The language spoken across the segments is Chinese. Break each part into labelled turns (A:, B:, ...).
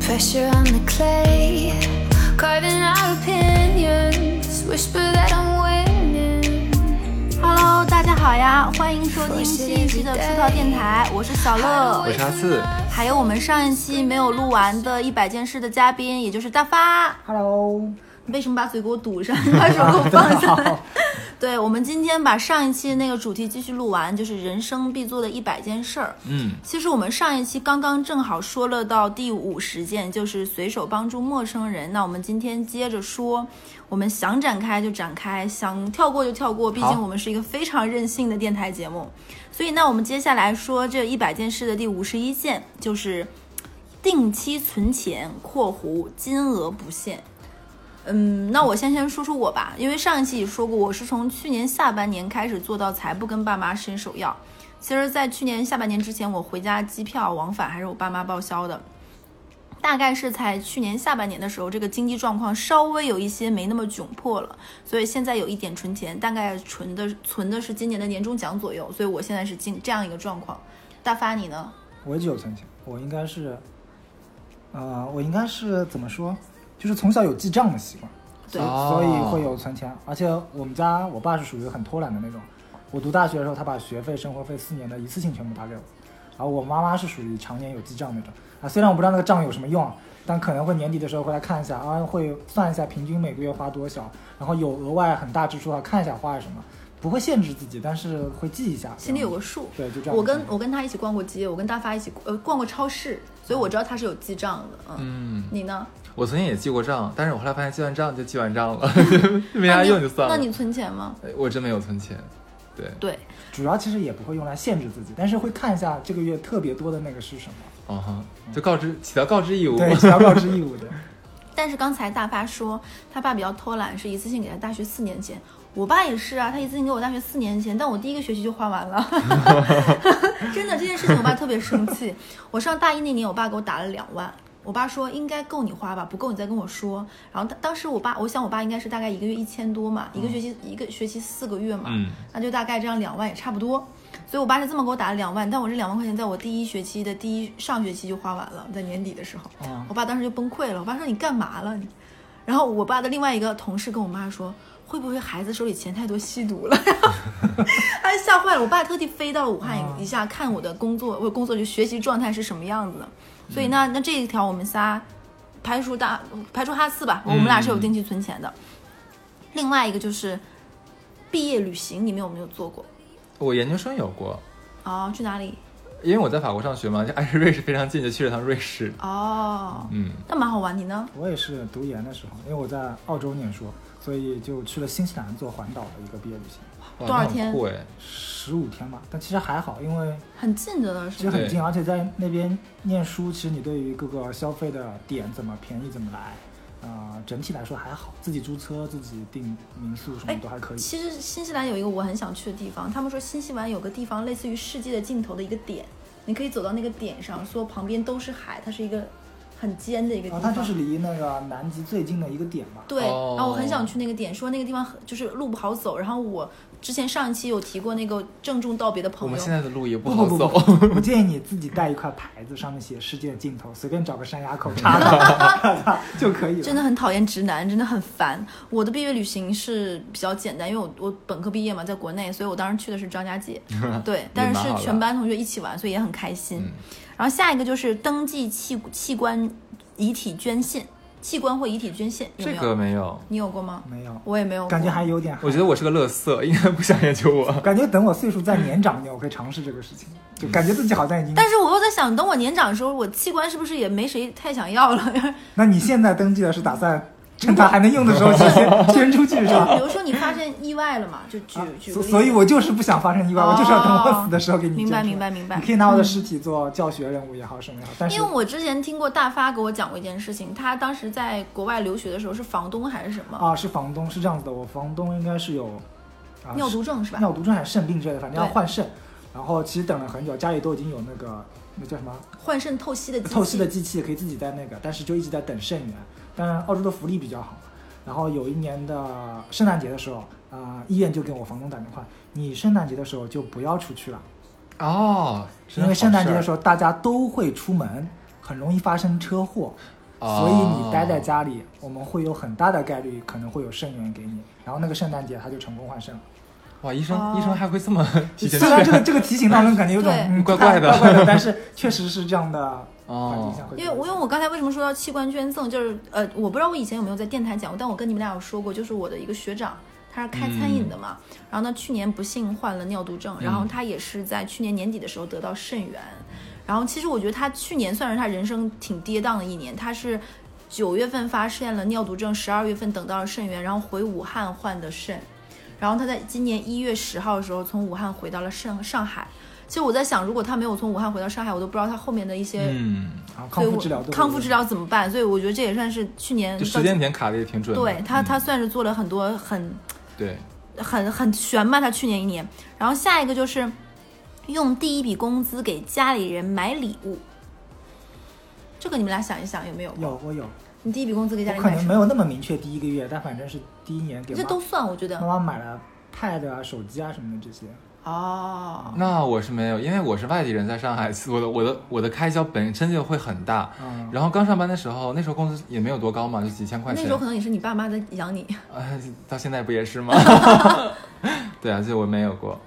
A: pressure on the clay, carving out opinions, whisper that I'm winning.
B: Hello，大家好呀，欢迎收听新一期的出道电台，我是小乐
C: 我，是阿四，
B: 还有我们上一期没有录完的一百件事的嘉宾，也就是大发。
D: Hello，
B: 为什么把嘴给我堵上？ 把手给我放 下来。对，我们今天把上一期那个主题继续录完，就是人生必做的一百件事儿。
C: 嗯，
B: 其实我们上一期刚刚正好说了到第五十件，就是随手帮助陌生人。那我们今天接着说，我们想展开就展开，想跳过就跳过，毕竟
C: 好
B: 我们是一个非常任性的电台节目。所以，那我们接下来说这一百件事的第五十一件，就是定期存钱（括弧金额不限）。嗯，那我先先说说我吧，因为上一期也说过，我是从去年下半年开始做到财不跟爸妈伸手要。其实，在去年下半年之前，我回家机票往返还是我爸妈报销的。大概是在去年下半年的时候，这个经济状况稍微有一些没那么窘迫了，所以现在有一点存钱，大概存的存的是今年的年终奖左右，所以我现在是进这样一个状况。大发你呢？
D: 我也有存钱，我应该是，呃，我应该是怎么说，就是从小有记账的习惯，
B: 对
D: 所以所以会有存钱。而且我们家我爸是属于很偷懒的那种，我读大学的时候，他把学费、生活费四年的一次性全部打给我，然后我妈妈是属于常年有记账那种啊，虽然我不知道那个账有什么用啊。但可能会年底的时候回来看一下啊，会算一下平均每个月花多少，然后有额外很大支出啊，看一下花了什么，不会限制自己，但是会记一下，
B: 心里有个数。
D: 对，就这样。
B: 我跟我跟他一起逛过街，我跟大发一起呃逛过超市，所以我知道他是有记账的。嗯，
C: 嗯，
B: 你呢？
C: 我曾经也记过账，但是我后来发现记完账就记完账了， 没啥
B: 那你
C: 用就算了。
B: 那你存钱吗？
C: 哎我真没有存钱，对，
B: 对，
D: 主要其实也不会用来限制自己，但是会看一下这个月特别多的那个是什么。
C: 嗯哼，就告知起到告知义务。
D: 对， 小表是义务的。
B: 但是刚才大发说他爸比较偷懒，是一次性给他大学四年钱。我爸也是啊，他一次性给我大学四年钱，但我第一个学期就花完了。 真的，这件事情我爸特别生气。 我上大一那年，我爸给我打了两万。我爸说应该够你花吧，不够你再跟我说。然后当当时我爸，我想我爸应该是大概一个月一千多嘛，一个学期、一个学期四个月嘛，
C: 嗯
B: 那就大概这样两万也差不多。所以我爸是这么给我打了两万，但我这两万块钱在我第一学期的第一上学期就花完了，在年底的时候。
D: 嗯，
B: 我爸当时就崩溃了，我爸说你干嘛了你？然后我爸的另外一个同事跟我妈说，会不会孩子手里钱太多吸毒了？ 然后哎，吓坏了！我爸特地飞到了武汉
D: 啊
B: 一下，看我的工作，我工作就学习状态是什么样子的。所以那那这一条我们仨排除大排除哈四吧，我们俩是有定期存钱的。另外一个就是毕业旅行，你们有没有做过？
C: 我研究生有过，
B: 哦，去哪里？
C: 因为我在法国上学嘛，就挨着瑞士非常近，就去了趟瑞士。
B: 哦，
C: 嗯，
B: 那蛮好玩。你呢？
D: 我也是读研的时候，因为我在澳洲念书，所以就去了新西兰做环岛的一个毕业旅行，
C: 哇，
B: 多少
C: 那很
B: 天
C: 酷哎，
D: 十五天吧。但其实还好，因为
B: 很近着呢，
D: 其
B: 是
D: 实
B: 吧？
D: 很
C: 对
D: 近，而且在那边念书，其实你对于各个消费的点怎么便宜怎么来，呃，整体来说还好，自己租车、自己订民宿什
B: 哎
D: 么都还可以。
B: 其实新西兰有一个我很想去的地方，他们说新西兰有个地方类似于世界的尽头的一个点，你可以走到那个点上，说旁边都是海，它是一个很尖的一个地
D: 然后
B: 方。
D: 哦它就是离那个南极最近的一个点吧。
B: 对，
C: 哦
B: 然后我很想去那个点，说那个地方很就是路不好走。然后我之前上一期有提过那个郑重道别的
C: 我
B: 朋
C: 们现
B: 友，
C: 在的路也不
D: 不
C: 好
D: 不
C: 走。
D: 不不，我建议你自己带一块牌子，上面写“世界尽头”，随便找个山崖口插上 就可以
B: 真
D: 了。
B: 的很讨厌直男，真的很烦。我的毕业旅行是比较简单，因为我我本科毕业嘛，在国内，所以我当时去的是张家 界，对，但是
C: 蛮好
B: 是
C: 的
B: 全班同学一起玩，所以也很开心。
C: 嗯
B: 然后下一个就是登记器器官遗体捐献，器官或遗体捐献有没
C: 这
B: 有？
C: 个没有，
B: 你有过吗？
D: 没有，
B: 我也没有过，
D: 感觉还有点，
C: 我觉得我是个乐色，应该不想研 究我。
D: 感觉等我岁数再年长一点，我可以尝试这个事情，就感觉自己好像已经。
B: 但是我又在想，等我年长的时候，我器官是不是也没谁太想要了？
D: 那你现在登记的是打算趁它还能用的时候就先捐出去是
B: 就比
D: 吧？
B: 如说你发生意外了嘛， 就举、
D: 啊
B: 举
D: 所
B: 个例子
D: 所以，我就是不想发生意外，我就是要等
B: 哦
D: 我死的时候给你
B: 明
D: 捐出
B: 白
D: 来。
B: 明白明白
D: 你可以拿我的尸体做教学任务也好，什么也好，但是
B: 因为我之前听过大发给我讲过一件事情，他当时在国外留学的时候是房东还是什么、
D: 啊，是房东是这样子的，我房东应该是有啊
B: 尿毒症是吧？
D: 尿毒症还是肾病之类的，反正要
B: 对
D: 换肾。然后其实等了很久，家里都已经有那个那叫什么
B: 换肾透析的机器
D: 透析的机器，可以自己在那个，但是就一直在等肾源。当然，澳洲的福利比较好。然后有一年的圣诞节的时候，啊、医院就给我房东打电话，你圣诞节的时候就不要出去了，
C: 哦，
D: 因为圣诞节的时
C: 候
D: 候大家都会出门，很容易发生车祸。
C: 哦
D: 所以你待在家里，我们会有很大的概率可能会有肾源给你，然后那个圣诞节他就成功换肾了。
C: 哇，医生、
B: 哦
C: 医生还会这么提前
D: 虽然这个这个提醒让人感觉有种
B: 对
D: 嗯
C: 怪怪的
D: 怪怪的，但是确实是这样的环境下
C: 哦，
D: 会。
B: 因为我因为我刚才为什么说到器官捐赠，就是呃，我不知道我以前有没有在电台讲过，但我跟你们俩有说过，就是我的一个学长，他是开餐饮的嘛，然后呢，去年不幸患了尿毒症，然后他也是在去年年底的时候得到肾源，然后其实我觉得他去年算是他人生挺跌宕的一年，他是。九月份发现了尿毒症，十二月份等到了肾源，然后回武汉换的肾，然后他在今年一月十号的时候从武汉回到了上上海。其实我在想，如果他没有从武汉回到上海，我都不知道他后面的一些
C: 嗯，
D: 啊，康
B: 所以
D: 复
B: 我
D: 治疗，
B: 康复治，疗怎么办？所以我觉得这也算是去年
C: 就时间点卡的也挺准的。
B: 对他，
C: 嗯
B: 他算是做了很多很
C: 对，
B: 很很悬吧，他去年一年。然后下一个就是用第一笔工资给家里人买礼物，这个你们俩想一想有没有？
D: 有我有，
B: 你第一笔工资给家里
D: 我可
B: 买
D: 能
B: 什
D: 没
B: 么？
D: 有那么明确第一个月，但反正是第一年给
B: 这
D: 妈
B: 都算，我觉
D: 妈
B: 得
D: 妈买了 pad 啊、手机啊什么的这些。
B: 哦，
C: 那我是没有，因为我是外地人，在上海，我的我的我的开销本身就会很大。
D: 嗯，
C: 然后刚上班的时候，那时候工资也没有多高嘛，就几千块
B: 那
C: 钱。
B: 时候可能也是你爸妈在养你。
C: 哎，到现在不也是 吗？对啊，这我没有过。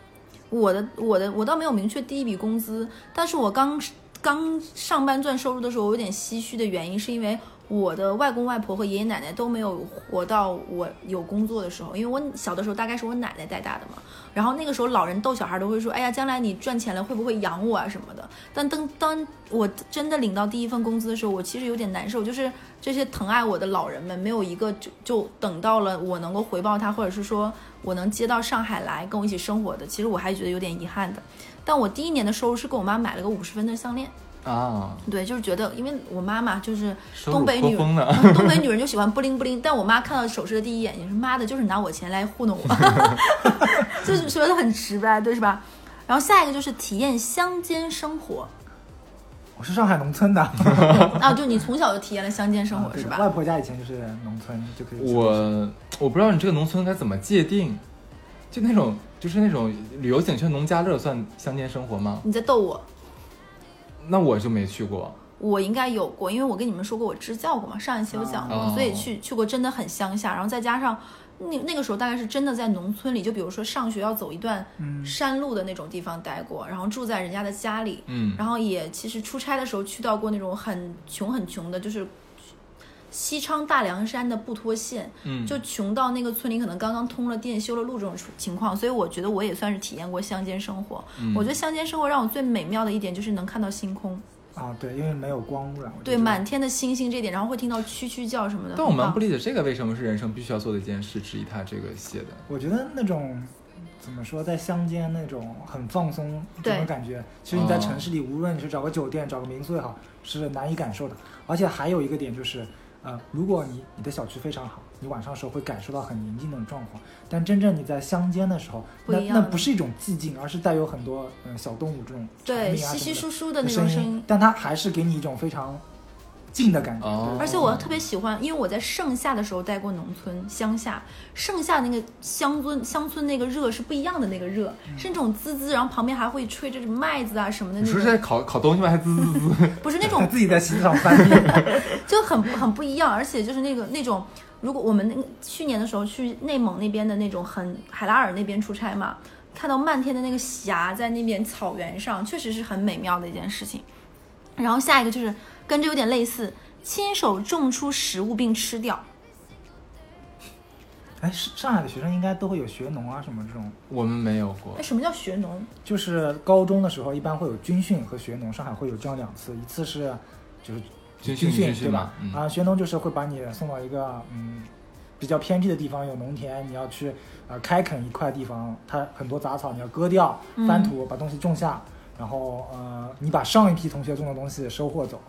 B: 我的我的我倒没有明确第一笔工资，但是我刚刚上班赚收入的时候，我有点唏嘘的原因是因为我的外公外婆和爷爷奶奶都没有活到我有工作的时候，因为我小的时候大概是我奶奶带大的嘛，然后那个时候老人逗小孩都会说，哎呀，将来你赚钱了会不会养我啊什么的。但当当我真的领到第一份工资的时候，我其实有点难受，就是这些疼爱我的老人们没有一个就就等到了我能够回报他，或者是说我能接到上海来跟我一起生活的，其实我还觉得有点遗憾的。但我第一年的收入是给我妈买了个五十分的项链，
C: 啊，
B: 对，就是觉得因为我妈妈就是
C: 收入
B: 东北
C: 颇
B: 女人，
C: 丰呢。
B: 东北女人就喜欢布灵布灵，但我妈看到首饰的第一眼也是妈的，就是拿我钱来糊弄我， 就是觉得很直白，对是吧？然后下一个就是体验乡间生活
D: 我是上海 农村的，
B: 啊，就你从小就体验了乡间生活
D: 啊对
B: 是
D: 的
B: 吧？
D: 外婆家以前就是农村，就可以。
C: 我我不知道你这个农村该怎么界定，就那种就是那种旅游景区的农家乐算乡间生活吗？
B: 你在逗我，
C: 那我就没去过。
B: 我应该有过，因为我跟你们说过我支教过嘛，上一期有讲过，
C: 哦
B: 所以去去过真的很乡下，然后再加上那那个时候大概是真的在农村里，就比如说上学要走一段
D: 嗯
B: 山路的那种地方待过，然后住在人家的家里，
C: 嗯，
B: 然后也其实出差的时候去到过那种很穷很穷的，就是西昌大凉山的布拖县，
C: 嗯，
B: 就穷到那个村里可能刚刚通了电、修了路这种情况，所以我觉得我也算是体验过乡间生活。
C: 嗯
B: 我觉得乡间生活让我最美妙的一点就是能看到星空，
D: 啊，对，因为没有光污染。我觉
B: 对
D: 得
B: 满天的星星这一点，然后会听到蛐蛐叫什么的。
C: 但我
B: 很
C: 蛮
B: 棒
C: 不理解这个为什么是人生必须要做的一件事之一，他这个写的。
D: 我觉得那种怎么说，在乡间那种很放松
B: 对
D: 这种感觉，其实你在
C: 哦
D: 城市里，无论你是找个酒店、找个民宿也好，是难以感受的。而且还有一个点就是，呃，如果你你的小区非常好，你晚上的时候会感受到很宁静的状况。但真正你在乡间的时候，
B: 不
D: 那
B: 一样
D: 那不是一种寂静，而是带有很多嗯、呃小动物这种
B: 对，
D: 蝉鸣啊
B: 稀稀疏疏的那
D: 什
B: 种
D: 么
B: 声
D: 音
B: 音，，
D: 但它还是给你一种非常静的感觉。
C: 哦
B: 而且我特别喜欢，因为我在盛夏的时候待过农村乡下，盛夏那个乡村乡村那个热是不一样的那个热，是那种滋滋，然后旁边还会吹着麦子啊什么的
C: 嗯你
B: 那
C: 说是
B: 种，
C: 在烤烤东西吗？还滋滋 滋？
B: 不是那
D: 我
B: 种
D: 自己在洗澡翻 译，
B: 就很很不一样，而且就是那个那种，如果我们那个去年的时候去内蒙那边的那种很海拉尔那边出差嘛，看到漫天的那个霞在那边草原上，确实是很美妙的一件事情。然后下一个就是跟这有点类似，亲手种出食物并吃掉。
D: 哎，是上海的学生应该都会有学农啊什么这种。
C: 我们没有过
B: 哎，。什么叫学农？
D: 就是高中的时候，一般会有军训和学农，上海会有这样两次，一次是就是
C: 军训
D: 训
C: 军训
D: 对
C: 嘛
D: 吧？
C: 嗯
D: 啊，学农就是会把你送到一个嗯比较偏僻的地方，有农田，你要去呃开垦一块地方，它很多杂草，你要割掉、翻土，把东西种下，然后呃你把上一批同学种的东西收获走，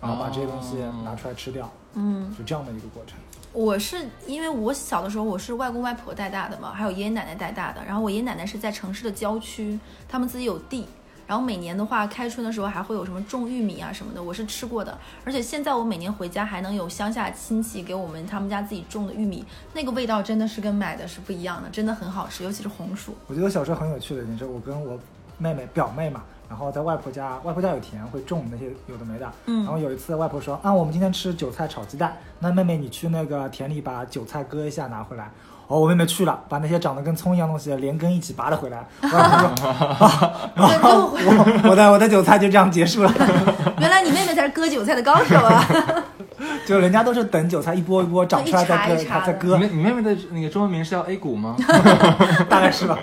D: 然后把这些东西
C: 哦
D: 拿出来吃掉，
B: 嗯，
D: 就这样的一个过程。
B: 我是因为我小的时候我是外公外婆带大的嘛，还有爷爷奶奶带大的。然后我爷爷奶奶是在城市的郊区，他们自己有地。然后每年的话，开春的时候还会有什么种玉米啊什么的，我是吃过的。而且现在我每年回家还能有乡下亲戚给我们他们家自己种的玉米，那个味道真的是跟买的是不一样的，真的很好吃，尤其是红薯。
D: 我觉得我小时候很有趣的一点是，我跟我妹妹表妹嘛，然然后在外婆家，外婆家有田，会种那些有的没的。
B: 嗯
D: 然后有一次，外婆说啊，我们今天吃韭菜炒鸡蛋，那妹妹你去那个田里把韭菜割一下拿回来。哦，我妹妹去了，把那些长得跟葱一样东西连根一起拔了回 来。外婆说，啊，然后我我的我的韭菜就这样结束了。
B: 原来你妹妹才是割韭菜的高手啊！
D: 就人家都是等韭菜一波一波长出来再
B: 就
D: 割
B: 一茬一，茬
D: 她再
B: 的
C: 你
D: 割，
C: 妹你妹妹的那个中文名是叫 A 股吗？
D: 大概是吧。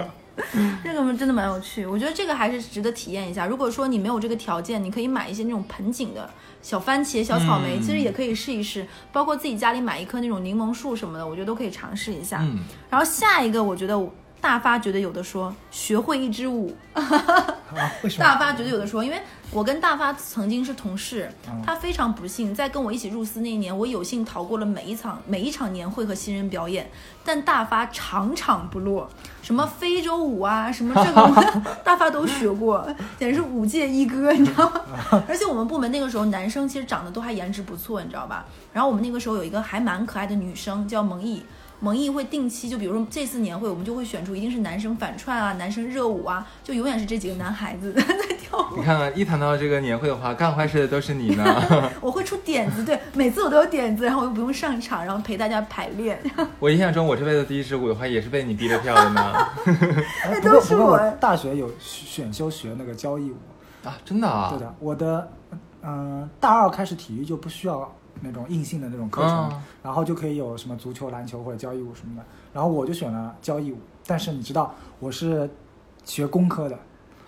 B: 这个真的蛮有趣，我觉得这个还是值得体验一下。如果说你没有这个条件，你可以买一些那种盆景的小番茄、小草莓，
C: 嗯
B: 其实也可以试一试。包括自己家里买一棵那种柠檬树什么的，我觉得都可以尝试一下。
C: 嗯，
B: 然后下一个，我觉得我大发觉得有的说，学会一支舞。
D: 啊，为什 么？
B: 大发觉得有的说，因为我跟大发曾经是同事
D: 嗯，
B: 他非常不幸，在跟我一起入司那一年，我有幸逃过了每一场每一场年会和新人表演，但大发场场不落，什么非洲舞啊，什么这个 舞大发都学过，简直是舞界一哥，你知道吗？而且我们部门那个时候男生其实长得都还颜值不错，你知道吧？然后我们那个时候有一个还蛮可爱的女生叫蒙毅。蒙毅会定期，就比如说这次年会，我们就会选出一定是男生反串啊，男生热舞啊，就永远是这几个男孩子 在跳舞。
C: 你看看，一谈到这个年会的话，干坏事的都是你呢。
B: 我会出点子，对，每次我都有点子，然后我又不用上场，然后陪大家排 练。
C: 我印象中，我这辈子第一支舞的话，也是被你逼着跳的 呢。
D: 哎，不
B: 都
D: 过
B: 是
D: 不过
B: 我
D: 我大学有选修学那个交谊舞，
C: 啊，真的啊？
D: 对的，我的嗯、大二开始体育就不需要那种硬性的那种课程，
C: 嗯
D: 然后就可以有什么足球、篮球或者交谊舞什么的。然后我就选了交谊舞，但是你知道我是学工科的，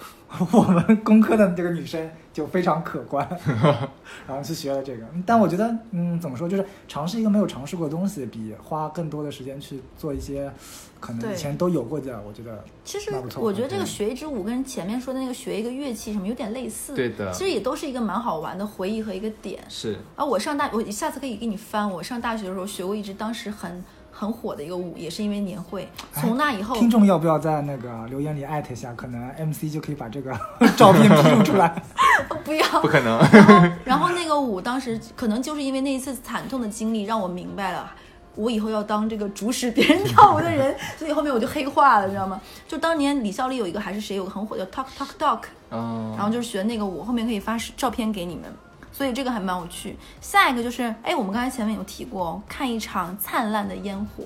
D: 我们工科的这个女生就非常可 观，然后去学了这个。但我觉得，嗯，怎么说，就是尝试一个没有尝试过的东西，比花更多的时间去做一些可能
B: 对
D: 以前都有过的，我觉得
B: 其实
D: 那不错
B: 我觉得这个
D: 嗯
B: 学一支舞跟前面说的那个学一个乐器什么有点类似，
C: 对的
B: 其实也都是一个蛮好玩的回忆和一个点。
C: 是，
B: 啊，我上大我下次可以给你翻，我上大学的时候学过一支当时很很火的一个舞，也是因为年会，从那以后。
D: 听众要不要在那个留言里艾特一下？可能 MC 就可以把这个 照片披露出来。
B: 哦不要，
C: 不可 能。
B: 然后，然后那个舞当时可能就是因为那一次惨痛的经历，让我明白了，我以后要当这个主使别人跳舞的人，所以后面我就黑化了，知道吗？就当年李孝利有一个还是谁有个很火叫 Talk Talk Talk，
C: 嗯，
B: 然后就是学那个舞，后面可以发视照片给你们。所以这个还蛮有趣。下一个就是，哎，我们刚才前面有提过哦，看一场灿烂的烟火，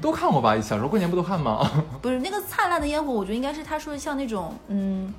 C: 都看过吧？小时候过年不都看吗？
B: 不是那个灿烂的烟火，我觉得应该是他说的像那种嗯。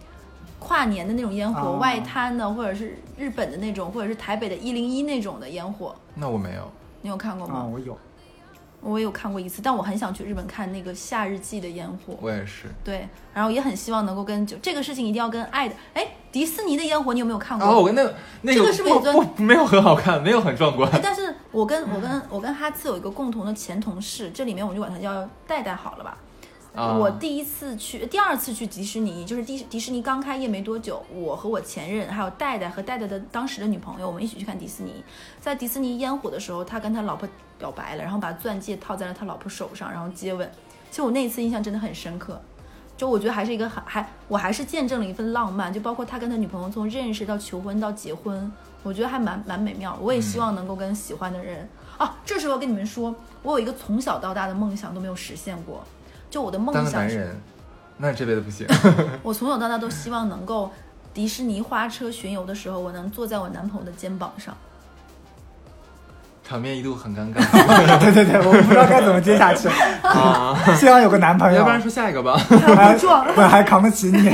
B: 跨年的那种烟火，
D: 哦
B: 外滩的，或者是日本的那种，或者是台北的一零一那种的烟火，
C: 那我没有。
B: 你有看过
D: 啊，
B: 吗？
D: 我有，
B: 我也有看过一次，但我很想去日本看那个夏日祭的烟火。
C: 我也是。
B: 对，然后也很希望能够跟就这个事情一定要跟爱的，哎，迪士尼的烟火你有没有看过？
C: 哦，我跟那个那
B: 这
C: 个
B: 个是不是也
C: 不不没有很好看，没有很壮观
B: 哎，。但是我跟我跟我跟哈次有一个共同的前同事，这里面我就管他叫戴戴好了吧。
C: 啊
B: 我第一次去，第二次去迪士尼，就是迪迪士尼刚开业没多久，我和我前任还有戴戴和戴戴的当时的女朋友，我们一起去看迪士尼。在迪士尼烟火的时候，他跟他老婆表白了，然后把钻戒套在了他老婆手上，然后接吻。其实我那一次印象真的很深刻，就我觉得还是一个还还我还是见证了一份浪漫，就包括他跟他女朋友从认识到求婚到结婚，我觉得还蛮蛮美妙。我也
C: 嗯
B: 希望能够跟喜欢的人、啊，这时候跟你们说，我有一个从小到大的梦想都没有实现过，就我的梦
C: 当个
B: 想
C: 男
B: 是
C: 人，那这辈子不 行。
B: 我从小到大都希望能够迪士尼花车巡游的时候，我能坐在我男朋友的肩膀上。
C: 场面一度很尴尬
D: 对对对，我不知道该怎么接 下去。
C: 啊！
D: 希望有个男朋友，
C: 要不然说下一个吧。
D: 还
B: 不撞
D: 我还扛得起 你。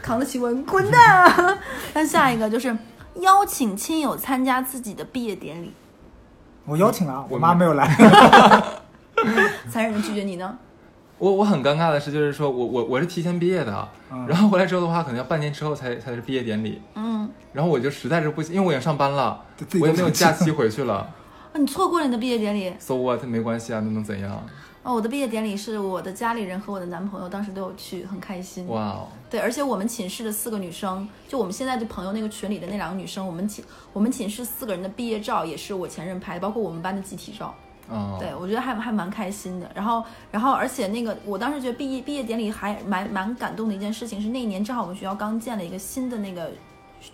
B: 扛得起我，你滚蛋、啊！ 那下一个就是邀请亲友参加自己的毕业典礼，
D: 我邀请了，我妈没有来。
B: 残忍的拒绝你呢？
C: 我我很尴尬的是，就是说我我我是提前毕业的，
D: 嗯
C: 然后回来之后的话，可能要半年之后才才是毕业典礼。
B: 嗯，
C: 然后我就实在是不行，因为我已经上班了
D: 对自己，都
C: 我也没有
D: 生气了
C: 假期回去了。
B: 啊，你错过了你的毕业典礼
C: So what？没关系啊，那能怎样？
B: 哦！我的毕业典礼是我的家里人和我的男朋友当时都有去，很开
D: 嗯
B: 心。
C: 哇哦！
B: 对，而且我们寝室的四个女生，就我们现在的朋友那个群里的那两个女生，我们寝我们寝室四个人的毕业照也是我前任拍的，包括我们班的集体照。
C: 嗯，
B: 对，我觉得还还蛮开心的。然后，然后，而且那个，我当时觉得毕业毕业典礼还蛮蛮感动的一件事情是，那一年正好我们学校刚建了一个新的那个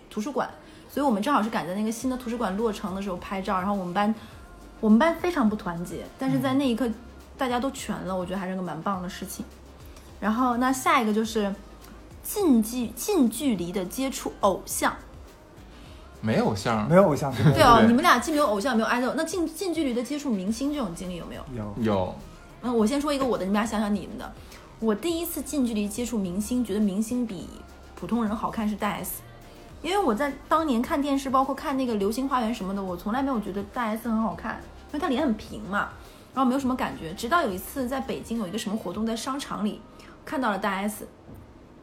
B: 图书馆，所以我们正好是赶在那个新的图书馆落成的时候拍照。然后我们班我们班非常不团结，但是在那一刻大家都全了，我觉得还是个蛮棒的事情。然后那下一个就是近距近距离的接触偶像。
C: 没有像儿
D: 没有偶像剧，
B: 对哦，
C: 对
B: 你们俩既没有偶像，也没有 idol，那近近距离的接触明星这种经历有没有？
D: 有
C: 有，
B: 嗯，我先说一个我的，你们俩想想你们的。我第一次近距离接触明星，觉得明星比普通人好看是大 S，因为我在当年看电视，包括看那个《流星花园》什么的，我从来没有觉得大 S 很好看，因为她脸很平嘛，然后没有什么感觉。直到有一次在北京有一个什么活动，在商场里看到了大 S，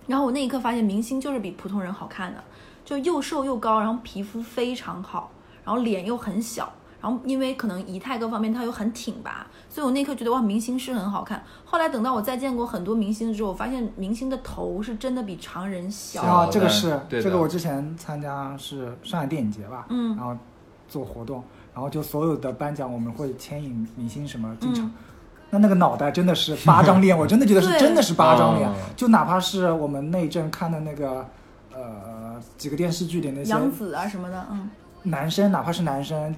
B: 然后我那一刻发现明星就是比普通人好看的，就又瘦又高，然后皮肤非常好，然后脸又很小，然后因为可能仪态各方面他又很挺拔，所以我那一刻觉得哇，明星是很好看。后来等到我再见过很多明星之后，我发现明星的头是真的比常人小。
C: 小
D: 啊，
C: 的
D: 这个是
C: 对的
D: 这个我之前参加是上海电影节吧，
B: 嗯
D: 然后做活动，然后就所有的颁奖我们会牵引明星什么进场。
B: 嗯
D: 那那个脑袋真的是八 张脸，我真的觉得是
B: 对
D: 真的是八张脸
C: 嗯，
D: 就哪怕是我们那一阵看的那个，呃，几个电视剧里那些
B: 杨紫啊什么的，嗯，
D: 男生，哪怕是男生，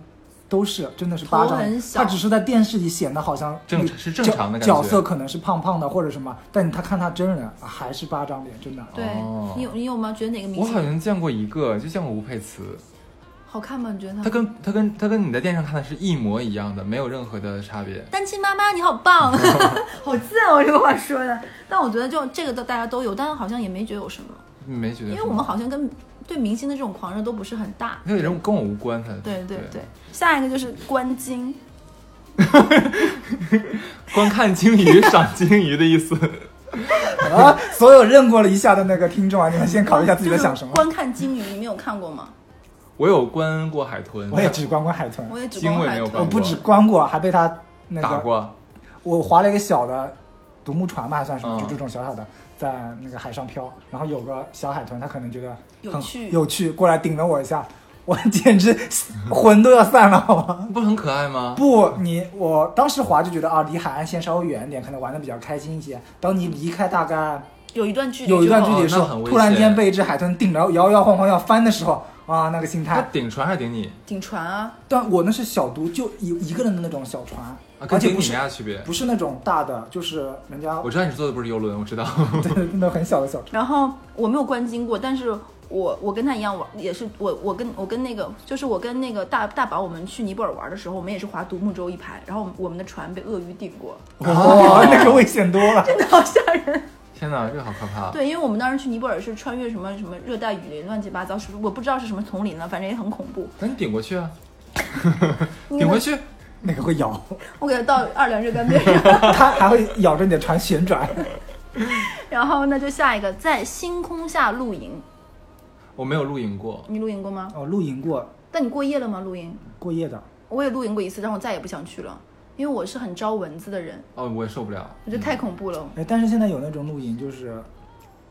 D: 都是真的是巴掌
B: 头很，小
D: 他只是在电视里显得好像
C: 正
D: 那
C: 是正常的感觉
D: 角角色可能是胖胖的或者什么，但你他看他真人、啊还是巴掌脸，真的。
B: 对、
C: 哦
B: 你有你有吗？觉得哪个明
C: 我好
B: 星
C: 像见过一个，就见过吴佩慈，
B: 好看吗？你
D: 嗯
B: 觉得
C: 她跟她跟她跟你在电视上看的是一模一样的，没有任何的差别。
B: 单亲妈妈，你好棒，好贱哦！这个话说的，但我觉得就这个都大家都有，但是好像也没觉得有什么，
C: 没觉得
B: 因
C: 什么，
B: 为我们好像跟对明星的这种狂热都不是很大。
C: 那个人跟我无关，他
B: 对对对，下一个就是观鲸，
C: 观看鲸鱼、 赏鲸鱼的意思。
D: 啊，所有认过了一下的那个听众啊，你们先考虑一下自己在想什么
B: 就。是观看鲸鱼，你们有看过吗？
C: 我有观过海豚，
D: 我也只观过海豚，
B: 我也只
C: 鲸
B: 观过
C: 我也
B: 海
C: 没有
D: 我
B: 豚
C: 观。
D: 不止观过，还被他那
C: 打
D: 个，
C: 过，
D: 我划了一个小的独木船吧，还算什么，
C: 嗯
D: 就这种小小的，在那个海上漂，然后有个小海豚，它可能觉得
B: 有
D: 很
B: 趣
D: 有趣，过来顶了我一下， 我简直 魂都要散了，好吗？
C: 不是很可爱吗？
D: 不，你我当时滑就觉得啊，离海岸线稍微远一点，可能玩的比较开心一些。当你离开大概
B: 有一段距离之后，
D: 有一段距离的
C: 哦
D: 时候
C: 那很，危
D: 突然间
C: 险
D: 被一只海豚顶着摇摇晃晃要翻的时候，啊，那个心
C: 它
D: 态。
C: 顶船还是顶你？
B: 顶船啊，
D: 但我那是小独，就一一个人的那种小船，
C: 啊，
D: 而
C: 跟
D: 且
C: 顶你
D: 不
C: 没
D: 是
C: 啥区别。
D: 不是那种大的，就是人家
C: 我知道你坐的不是游轮，我知道。
D: 对 那种很小的小船。
B: 然后我没有观鲸过，但是我我跟他一样玩，也是我我跟我跟那个就是我跟那个大大宝，我们去尼泊尔玩的时候，我们也是划独木舟一排，然后我们我们的船被鳄鱼顶过，
D: 哦，那个危险多了。
B: 真的好吓人。
C: 天哪，这个好可怕。
B: 对，因为我们当时去尼泊尔是穿越什么什么热带雨林，乱七八糟，是不是我不知道是什么丛林了，反正也很恐怖。
C: 那你顶过去啊，顶回去。
D: 那个会咬，
B: 我给他倒二两热干面，然后
D: 它还会咬着你的船旋转。
B: 然后那就下一个，在星空下露营，
C: 我没有露营过，
B: 你露营过吗？
D: 哦，露营过
B: 但你过夜了吗？露营？
D: 过夜的，
B: 我也露营过一次，但我再也不想去了，因为我是很招蚊子的人，
C: 哦，我也受不了。
B: 我觉得太恐怖了。
D: 哎，但是现在有那种露营，就是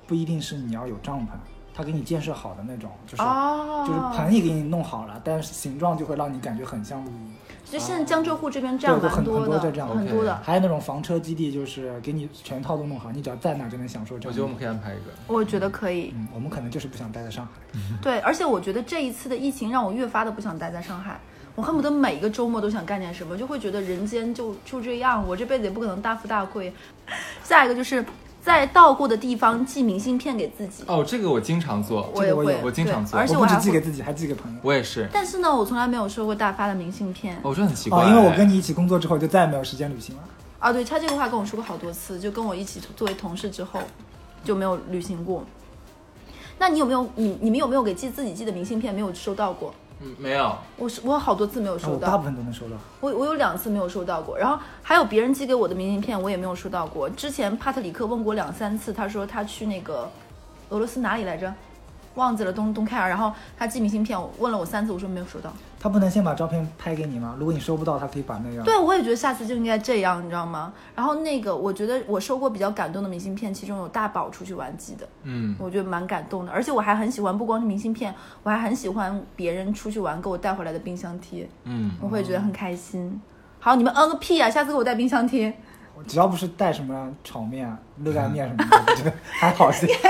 D: 不一定是你要有帐篷，它给你建设好的那种，就是、
B: 哦，
D: 就是盆也给你弄好了，但是形状就会让你感觉很像露营。
B: 就现在江浙沪这边这样
D: 对对
B: 蛮
D: 很很
B: 的，
D: 多在这样
B: 很多的。
D: 还有那种房车基地，就是给你全套都弄好，你只要在哪就能享受这
C: 我
D: 样
C: 觉
D: 的。
C: 得我们可以安排一个。
B: 我觉得可以，
D: 嗯，我们可能就是不想待在上海。
B: 对，而且我觉得这一次的疫情让我越发的不想待在上海，我恨不得每一个周末都想干点什么，就会觉得人间就就这样，我这辈子也不可能大富大贵。 下一个就是在到过的地方寄明信片给自己，
C: 哦，这个我经常做，
B: 也
D: 这个我
B: 会
D: 有，
C: 我经常
B: 对
C: 做
B: 而且
D: 我不
B: 还
D: 止寄给
B: 会，
D: 自己，还寄给朋友。
C: 我也是。
B: 但是呢，我从来没有收过大发的明信片。
C: 哦，我觉得很奇怪。
D: 哦，因为我跟你一起工作之后，就再也没有时间旅行了。
B: 啊，对他这个话跟我说过好多次，就跟我一起作为同事之后就没有旅行过。那你有没有你你们有没有给寄自己寄的明信片没有收到过？
C: 嗯没有，
B: 我是我有好多次没有
D: 啊
B: 收
D: 我大
B: 到
D: 部，分都能收到。
B: 我我有两次没有收到过，然后还有别人寄给我的明信片我也没有收到过。之前帕特里克问过两三次，他说他去那个俄罗斯哪里来着，忘记了东东开尔，然后他寄明信片，我问了我三次，我说没有收到。
D: 他不能先把照片拍给你吗？如果你收不到，他可以把那个
B: 对，我也觉得下次就应该这样，你知道吗？然后那个，我觉得我收过比较感动的明信片，其中有大宝出去玩寄的，
C: 嗯，
B: 我觉得蛮感动的。而且我还很喜欢，不光是明信片，我还很喜欢别人出去玩给我带回来的冰箱贴，
C: 嗯，
B: 我会觉得
D: 哦
B: 很开心。好，你们嗯个屁啊！下次给我带冰箱贴，
D: 只要不是带什么炒面、啊、热干面什么 的，我觉得还好些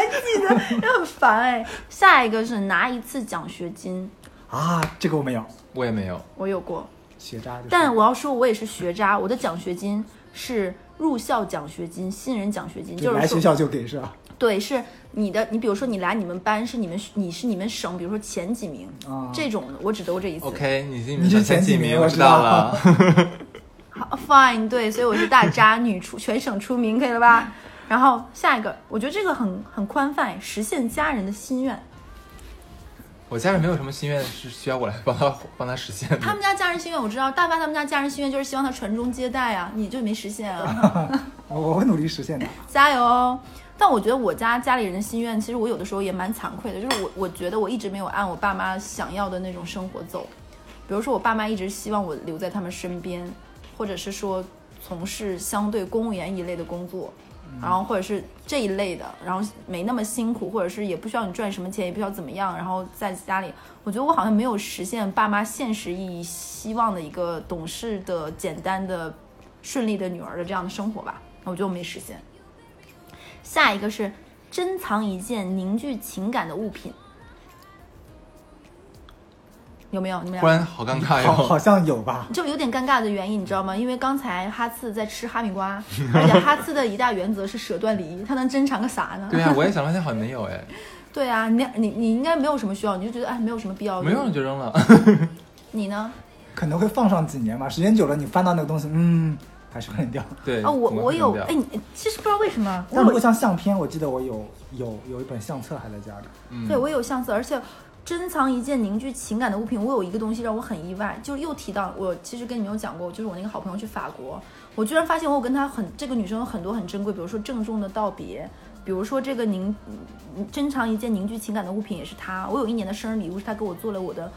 B: 很烦哎。下一个是拿一次奖学金，
D: 啊。这个我没有，
C: 我也没有。
B: 我有过，
D: 学渣就是。
B: 但我要说，我也是学渣，我的奖学金是入校奖学金、新人奖学金，
D: 就是来
B: 说
D: 学校就给是吧？
B: 对，是你的，你比如说你来你们班是你们你是你们省，比如说前几名，
D: 啊
B: 这种的我只得过这一次。
C: OK，你是
D: 你是
C: 们
D: 前
C: 前
D: 几
C: 几
D: 名
C: 名，
D: 我
C: 我
D: 知
C: 知
D: 道
C: 道了。
B: 好 Fine，对，所以我是大渣女出全省出名，可以了吧？然后下一个，我觉得这个很很宽泛，实现家人的心愿。
C: 我家人没有什么心愿是需要我来帮他帮他实现
B: 他
C: 的。
B: 们家家人心愿我知道，大发他们家家人心愿就是希望他传宗接代啊，你就没实现啊，
D: 我我会努力实现的。
B: 加油哦！但我觉得我家家里人的心愿，其实我有的时候也蛮惭愧的，就是我我觉得我一直没有按我爸妈想要的那种生活走。比如说，我爸妈一直希望我留在他们身边，或者是说从事相对公务员一类的工作，然后或者是这一类的，然后没那么辛苦，或者是也不需要你赚什么钱，也不需要怎么样，然后在家里，我觉得我好像没有实现爸妈现实意义希望的一个懂事的、简单的、顺利的女儿的这样的生活吧，我觉得我没实现。下一个是珍藏一件凝聚情感的物品，有没有？你们俩
C: 忽然好尴尬
D: 好，好
C: 哟。
D: 像有吧？
B: 就有点尴尬的原因，你知道吗？因为刚才哈次在吃哈密瓜， 而且哈次的一大原则是舍断离，他能珍藏个啥呢？
C: 对啊呀、我也想了半天，好像没有哎，
B: 对啊，你你你应该没有什么需要，你就觉得哎，没有什么必要。
C: 没有人就扔了。
B: 哦你呢？
D: 可能会放上几年吧，时间久了你翻到那个东西，嗯，还是换掉。
C: 对
B: 啊，我
C: 怎么
B: 我
C: 可能
B: 有
C: 这样
B: 哎，你其实不知道为什么，我
D: 但如果
B: 有
D: 像相片，我记得我有有有一本相册还在家里。
C: 嗯
B: 对我有相册，而且珍藏一件凝聚情感的物品。我有一个东西让我很意外，就是又提到我其实跟你们有讲过，就是我那个好朋友去法国，我居然发现我有跟她很这个女生有很多很珍贵，比如说郑重的道别，比如说这个凝嗯珍藏一件凝聚情感的物品也是她。我有一年的生日礼物是她给我做了我的。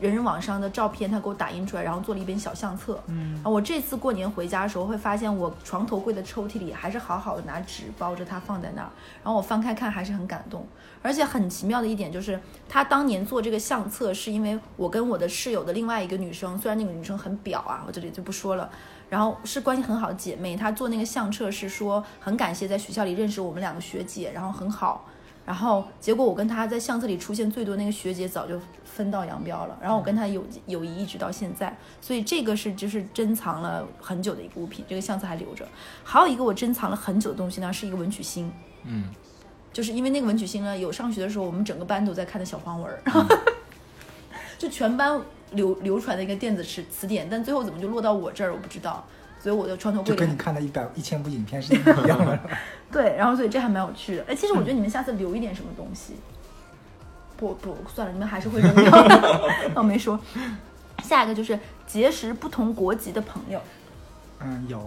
B: 人人网上的照片，她给我打印出来，然后做了一本小相册。嗯，然后我这次过年回家的时候，会发现我床头柜的抽屉里还是好好的拿纸包着它放在那儿，然后我翻开看还是很感动。而且很奇妙的一点就是，他当年做这个相册，是因为我跟我的室友的另外一个女生，虽然那个女生很婊啊，我这里就不说了，然后是关系很好的姐妹，她做那个相册是说很感谢在学校里认识我们两个学姐，然后很好。然后结果我跟她在相册里出现最多那个学姐早就分道扬镳了，然后我跟她友友谊一直到现在，所以这个是就是珍藏了很久的一个物品，这个相册还留着。还有一个我珍藏了很久的东西呢，是一个文曲星，
C: 嗯，
B: 就是因为那个文曲星呢，有上学的时候我们整个班都在看的小黄文 儿，就全班流流传的一个电子词词典，但最后怎么就落到我这儿，我不知道。所以我的床头
D: 就
B: 柜里
D: 跟你
B: 还
D: 看的一百一千部影片是一模一样 的。
B: 对，然后所以这还蛮有趣的。哎，其实我觉得你们下次留一点什么东西，不不算了，你们还是会扔 掉 的。我没说。下一个就是结识不同国籍的朋友，
D: 嗯，有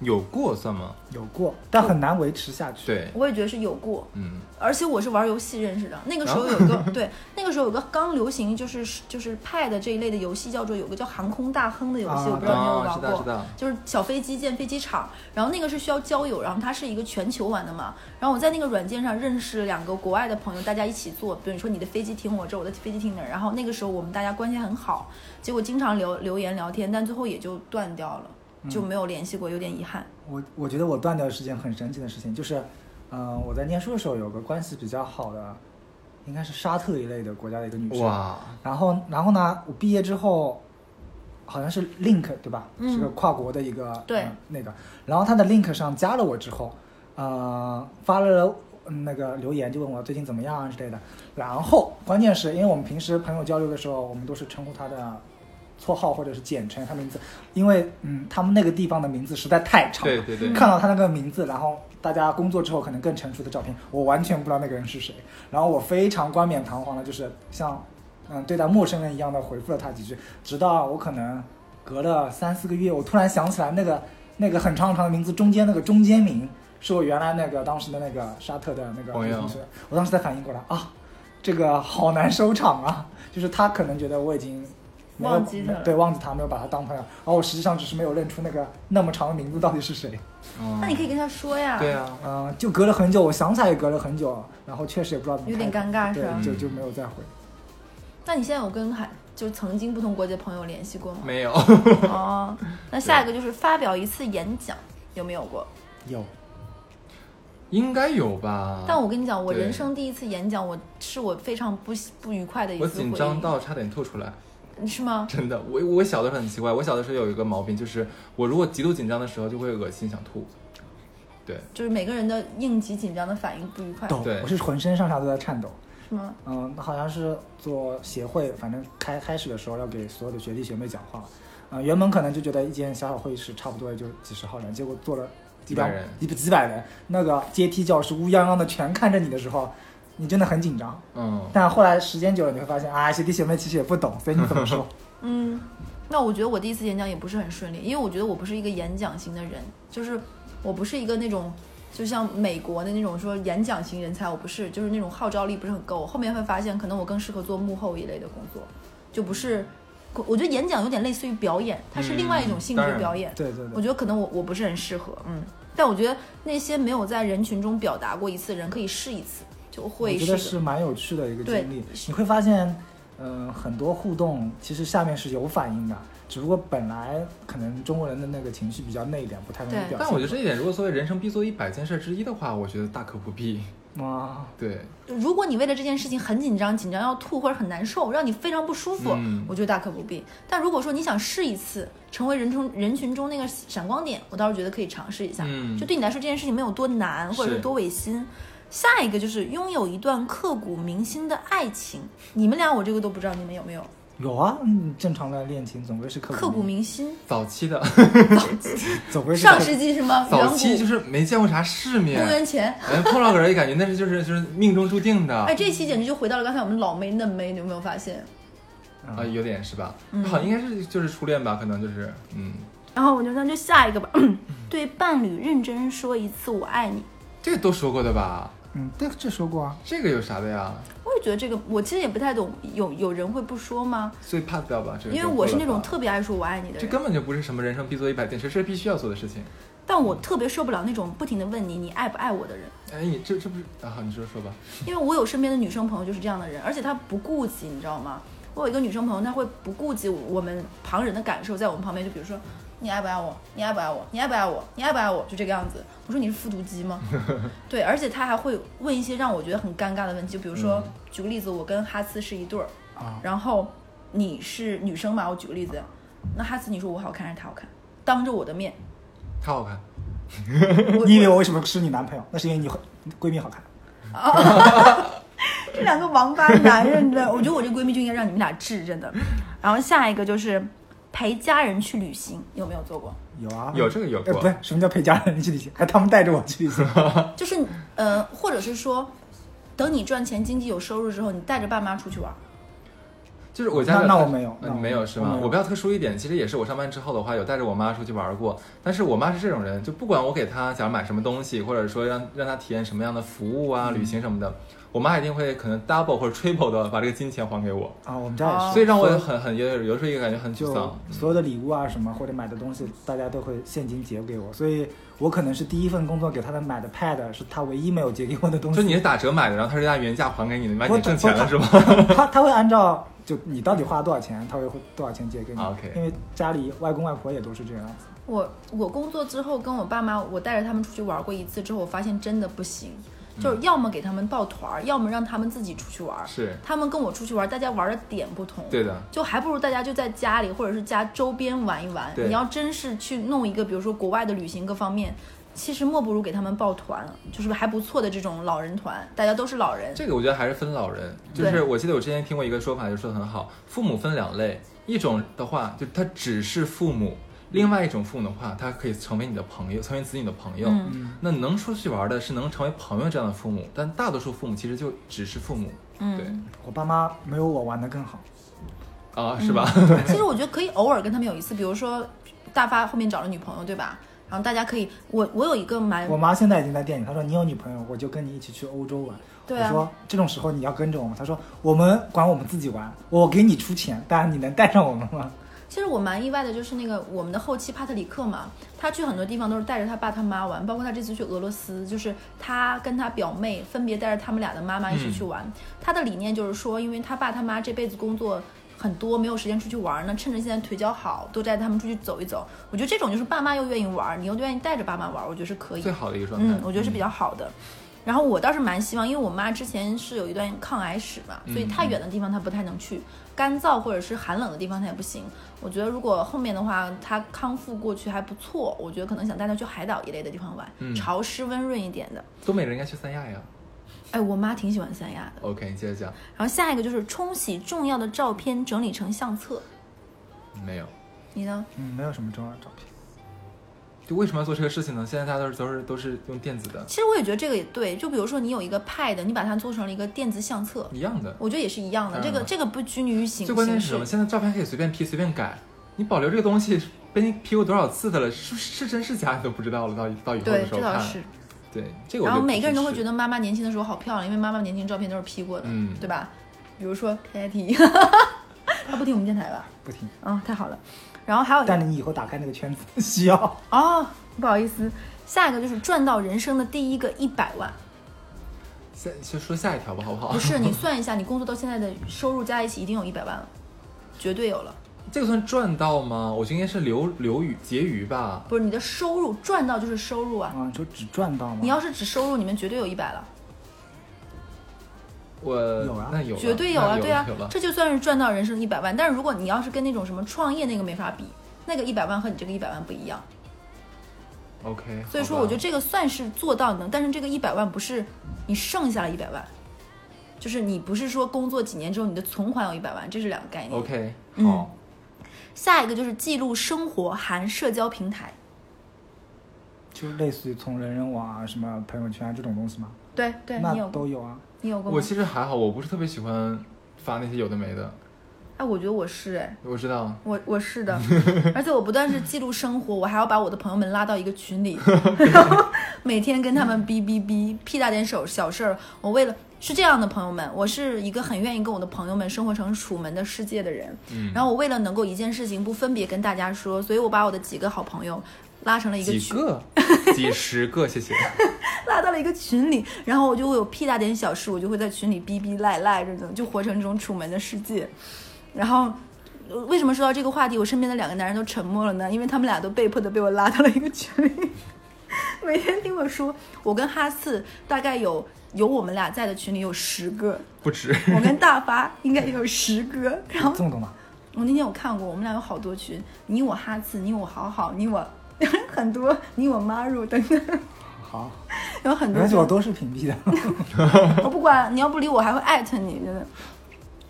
C: 有过算吗？
D: 有过，但很难维持下去。
C: 对，
B: 我也觉得是有过，
C: 嗯，
B: 而且我是玩游戏认识的。那个时候有一
C: 啊
B: 个、对，那个时候有个刚流行就是就是 Pad 这一类的游戏，叫做有个叫航空大亨的游戏，
D: 啊
B: 我不知道你有没有
C: 啊，
B: 玩
C: 知
B: 过。
C: 道知道。
B: 就是小飞机建飞机场，然后那个是需要交友，然后它是一个全球玩的嘛。然后我在那个软件上认识了两个国外的朋友，大家一起坐，比如说你的飞机停我这，我的飞机停那儿。然后那个时候我们大家关系很好，结果经常留留言聊天，但最后也就断掉了，
C: 嗯
B: 就没有联系过，有点遗憾。
D: 我我觉得我断掉是件很神奇的事情，就是，嗯、我在念书的时候有个关系比较好的，应该是沙特一类的国家的一个女生。
C: 哇，
D: 然后，然后呢，我毕业之后，好像是 Link 对吧？
B: 嗯
D: 是个跨国的一个
B: 对
D: 呃那个。然后他的 Link 上加了我之后，呃，发了嗯那个留言，就问我最近怎么样啊之类的。然后关键是因为我们平时朋友交流的时候，我们都是称呼他的。绰号或者是简称他名字，因为嗯，他们那个地方的名字实在太长了，
C: 对对对
D: 看到他那个名字，然后大家工作之后可能更成熟的照片，我完全不知道那个人是谁，然后我非常冠冕堂皇的，就是像嗯对待陌生人一样的回复了他几句，直到我可能隔了三四个月，我突然想起来那个 那个很长很长的名字中间那个中间名是我原来那个当时的那个沙特的那个
C: 朋友
D: 同学，我当时才反应过来啊，这个好难收场啊，就是他可能觉得我已经。没有
B: 忘记他了
D: 对，忘记他没有把他当朋友，然后我实际上只是没有认出那个那么长的名字到底是谁。
C: 嗯
B: 那你可以跟他说呀，
C: 对啊，
D: 嗯，就隔了很久，我想起来也隔了很久，然后确实也不知道怎么
B: 有点
D: 开口
B: 尴尬
D: 对
B: 是吧
D: 就
C: 嗯
D: 就没有再回。
B: 那你现在有跟海就曾经不同国籍的朋友联系过吗？
C: 没有。
B: 哦，那下一个就是发表一次演讲，有没有过？
D: 有，
C: 应该有吧？
B: 但我跟你讲，我
C: 啊对
B: 人生第一次演讲，我是我非常不喜不愉快的一
C: 我
B: 次回忆。
C: 紧张到差点吐出来，
B: 是吗？
C: 真的。我我小的时候很奇怪，我小的时候有一个毛病，就是我如果极度紧张的时候就会恶心想吐。对，
B: 就是每个人的应急紧张的反应不愉快，
D: 抖
C: 对，
D: 我是浑身上下都在颤抖。
B: 是吗？
D: 嗯，好像是做协会，反正开开始的时候要给所有的学弟学妹讲话。嗯、原本可能就觉得一间小小会议室差不多也就几十号人，结果坐了
C: 几
D: 几
C: 百人
D: 几几百人，那个阶梯教室乌泱泱的全看着你的时候，你真的很紧张。
C: 嗯，
D: 但后来时间久了，你会发现啊，学弟学妹其实也不懂，所以你怎么说？
B: 嗯，那我觉得我第一次演讲也不是很顺利，因为我觉得我不是一个演讲型的人，就是我不是一个那种就像美国的那种说演讲型人才，我不是，就是那种号召力不是很够。我后面会发现，可能我更适合做幕后一类的工作，就不是。我觉得演讲有点类似于表演，它是另外一种性质
C: 嗯当
B: 的
C: 然
B: 表演。
D: 对对
B: 我
D: 对，
B: 觉得可能我我不是很适合，嗯。但我觉得那些没有在人群中表达过一次的人，可以试一次，就会
D: 我觉
B: 是
D: 得
B: 一
D: 是
B: 个。
D: 蛮有趣的一个
B: 对
D: 经历。你会发现，嗯、很多互动其实下面是有反应的，只不过本来可能中国人的那个情绪比较内敛，不太容易
B: 对
D: 表现出来。
C: 但我觉得这一点，如果作为人生必做一百件事之一的话，我觉得大可不必。
D: 哇。
C: 对，
B: 如果你为了这件事情很紧张，紧张要吐或者很难受，让你非常不舒服，
C: 嗯
B: 我觉得大可不必。但如果说你想试一次，成为人中人群中那个闪光点，我倒是觉得可以尝试一下。
C: 嗯
B: 就对你来说，这件事情没有多难，或者
C: 是
B: 是多违心。下一个就是拥有一段刻骨铭心的爱情，你们俩我这个都不知道你们有没有
D: 有啊，嗯，正常的恋情总归是刻
B: 刻骨
D: 骨铭，
B: 铭心。
C: 早期 的，
D: 总归是刻
B: 上世纪什么远
C: 早
B: 古
C: 期就是没见过啥世
B: 公
C: 面，
B: 元前，
C: 哎，碰到个人也感觉那是就是就是命中注定的，
B: 哎，这期简直就回到了刚才我们老妹嫩妹，你有没有发现？
C: 啊，有点是吧？
B: 嗯
C: 好，应该是就是初恋吧，可能就是，嗯，
B: 然后我就那就下一个吧， 对伴侣认真说一次我爱你。
C: 这个都说过的吧？
D: 嗯，对，这说过啊，
C: 这个有啥的呀？
B: 我也觉得这个，我其实也不太懂，有有人会不说吗？
C: 所以 pass 掉吧，这个
B: 因为
C: 就
B: 我
C: 过
B: 是
C: 了
B: 那种
C: 吧
B: 特别爱说我爱你的
C: 这
B: 人，
C: 根本就不是什么人生必做一百件事，这是必须要做的事情。
B: 但我特别受不了那种不停的问你你爱不爱我的人，
C: 哎，你这这不是啊？好，你说说吧。
B: 因为我有身边的女生朋友就是这样的人，而且她不顾及，你知道吗？我有一个女生朋友，她会不顾及我们旁人的感受，在我们旁边就比如说你爱不爱我，你爱不爱我，你爱不爱我，你爱不爱我，就这个样子。我说你是复读机吗？ 对，而且她还会问一些让我觉得很尴尬的问题，就比如说、
C: 嗯
B: 举个例子，我跟哈斯是一对儿，
D: 啊，
B: 然后你是女生嘛，我举个例子，那哈斯你说我好看还是他好看？当着我的面，
C: 他好看，
B: 我
D: 你以为我为什么是你男朋友？那是因为你你闺蜜好看。
B: 这两个王八男人的， 我觉得我这闺蜜就应该让你们俩治，真的。然后下一个就是陪家人去旅行，有没有做过？
D: 有啊，
C: 有这个有
D: 哎，
C: 过
D: 不，是什么叫陪家人去旅行，还他们带着我去旅 行。
B: 就是呃，或者是说，等你赚钱、经济有收入之后，你带着爸妈出去玩。
C: 就是我家
D: 那
C: 的
D: 那我没有
C: 啊
D: 那我
C: 你
D: 没
C: 没
D: 有
C: 有是
D: 我
C: 吗
D: 没？有
C: 我比较特殊一点，其实也是我上班之后的话，有带着我妈出去玩过。但是我妈是这种人，就不管我给她想买什么东西，或者说让让她体验什么样的服务啊、
D: 嗯
C: 旅行什么的，我妈一定会可能 double 或者 triple 的把这个金钱还给我，
D: 啊，我们家也是，
B: 哦
C: 所以让我很很也有有时候也感觉很沮
D: 就
C: 丧。
D: 所有的礼物啊什么或者买的东西，大家都会现金结给我，所以我可能是第一份工作给他的买的 pad 是他唯一没有结给我的东
C: 就
D: 西。
C: 你是打折买的，然后她是按原价还给你的，你把
D: 我
C: 你挣钱了是吗？
D: 他他会按照就你到底花了多少钱，他会会多少钱结给你。
C: OK
D: 因为家里外公外婆也都是这样子。
B: 我我工作之后跟我爸妈，我带着他们出去玩过一次之后，我发现真的不行，就是要么给他们抱团儿，要么让他们自己出去玩儿。
C: 是，
B: 他们跟我出去玩，大家玩的点不同。
C: 对的，
B: 就还不如大家就在家里或者是家周边玩一玩。
C: 对
B: 你要真是去弄一个，比如说国外的旅行各方面，其实莫不如给他们报团，就是还不错的这种老人团，大家都是老人。
C: 这个我觉得还是分老人，就
B: 对
C: 是我记得我之前听过一个说法，就说得很好，父母分两类，一种的话就他只是父母，另外一种父母的话，他可以成为你的朋友，成为子女的朋友。
B: 嗯
D: 嗯，
C: 那能出去玩的是能成为朋友这样的父母，但大多数父母其实就只是父母，对
B: 嗯，
D: 我爸妈没有我玩的更好。
C: 啊，是吧？
B: 其实我觉得可以偶尔跟他们有一次，比如说大发后面找了女朋友，对吧？然后大家可以，我我有一个蛮
D: 我妈现在已经在店里，她说你有女朋友，我就跟你一起去欧洲玩。
B: 对啊
D: 我说这种时候你要跟着我吗？她说我们管我们自己玩，我给你出钱，但你能带上我们吗？
B: 其实我蛮意外的，就是那个我们的后期帕特里克嘛，他去很多地方都是带着他爸他妈玩，包括他这次去俄罗斯，就是他跟他表妹分别带着他们俩的妈妈一起去玩。他的理念就是说，因为他爸他妈这辈子工作。很多没有时间出去玩呢，趁着现在腿脚好，多带他们出去走一走。我觉嗯得这种就是爸妈又愿意玩，你又愿意带着爸妈玩，我觉得是可以
C: 最。好的一个状态。嗯
B: 嗯，我觉得是比较好的。然后我倒是蛮希望，因为我妈之前是有一段抗癌史嘛，
C: 嗯
B: 所以太远的地方她不太能去，干燥或者是寒冷的地方她也不行。我觉得如果后面的话，她康复过去还不错，我觉得可能想带她去海岛一类的地方玩，
C: 嗯
B: 潮湿温润一点的。
C: 东北人应该去三亚呀。
B: 哎，我妈挺喜欢三亚的。
C: OK，你接着讲。
B: 然后下一个就是冲洗重要的照片，整理成相册。
C: 没有，
B: 你呢？
D: 嗯，没有什么重要的照片。
C: 就为什么要做这个事情呢？现在大家都是都是都是用电子的，
B: 其实我也觉得这个也对，就比如说你有一个 Pad，你把它做成了一个电子相册，
C: 一样的。
B: 我觉得也是一样的。
C: 当
B: 这
C: 然
B: 个
C: 了
B: 这个不拘泥于形
C: 嗯最关键
B: 形
C: 是什么？
B: 式，
C: 现在照片可以随便 P 随便改，你保留这个东西被你 P 过多少次的了，是是真是假你都不知道了。到到以后
B: 对
C: 的，时
B: 这
C: 候
B: 倒
C: 看，
B: 是。
C: 对这个我
B: 然后
C: 就不
B: 每个人都会
C: 支
B: 觉
C: 持
B: 得妈妈年轻的时候好漂亮，因为妈妈年轻照片都是 P 过的，
C: 嗯
B: 对吧？比如说 Kitty，她不听我们电台吧？
D: 不听。
B: 啊、太好了。然后还有一个
D: 但你以后打开那个圈子需要，
B: 哦，不好意思，下一个就是赚到人生的第一个一百万。
C: 下先说下一条吧，好不好？
B: 不是， 你算一下，你工作到现在的收入加一起，一定有一百万了，绝对有了。
C: 这个算赚到吗？我觉得应该是留留余结余吧。
B: 不是你的收入赚到就是收入啊，
D: 嗯，就只赚到吗？
B: 你要是只收入，你们绝对有一百了，
C: 我
D: 有啊
C: 那有了
B: 绝对有
C: 那
B: 啊，
C: 有
B: 对啊
C: 有了，
B: 这就算是赚到人生一百万。但是如果你要是跟那种什么创业那个没法比，那个一百万和你这个一百万不一样。
C: OK。
B: 所以说，
C: 好吧
B: 我觉得这个算是做到能，但是这个一百万不是你剩下了一百万，就是你不是说工作几年之后你的存款有一百万，这是两个概念。
C: OK
B: 嗯
C: 好。
B: 下一个就是记录生活含社交平台，
D: 就类似于从人人网啊、什么朋友圈啊这种东西吗？
B: 对对，你
D: 那
B: 有过
D: 都有啊。
B: 你有过吗
C: 我？其实还好，我不是特别喜欢发那些有的没的。
B: 哎，我觉得我是哎，
C: 我知道，
B: 我我是的，而且我不但是记录生活，我还要把我的朋友们拉到一个群 里，然后每天跟他们哔哔哔，屁大点手小事儿。我为了是这样的朋友们，我是一个很愿意跟我的朋友们生活成楚门的世界的人。
C: 嗯，
B: 然
C: 后
B: 后我为了能够一件事情不分别跟大家说，所以我把我的几个好朋友拉成了一个
C: 几
B: 群，
C: 个，几十个，谢谢。
B: 拉到了一个群里，然后我就会有屁大点小事，我就会在群里逼逼赖赖这种，就活成这种楚门的世界。然后呃为什么说到这个话题，我身边的两个男人都沉默了呢？因为他们俩都被迫的被我拉到了一个群里， 每天听我说，我跟哈次大概有有我们俩在的群里有十个，
C: 不止。
B: 我跟大发应该也有十个， 然后
D: 这么多吗？
B: 我那天有看过，我们俩有好多群，你我哈次，你我好好，你我 很多，你我 Maru 等等，
D: 好，
B: 有很
D: 没
B: 多
D: 关系，我
B: 群。
D: 都是屏蔽的。
B: 我哦不管，你要不理我，还会艾特你，真的。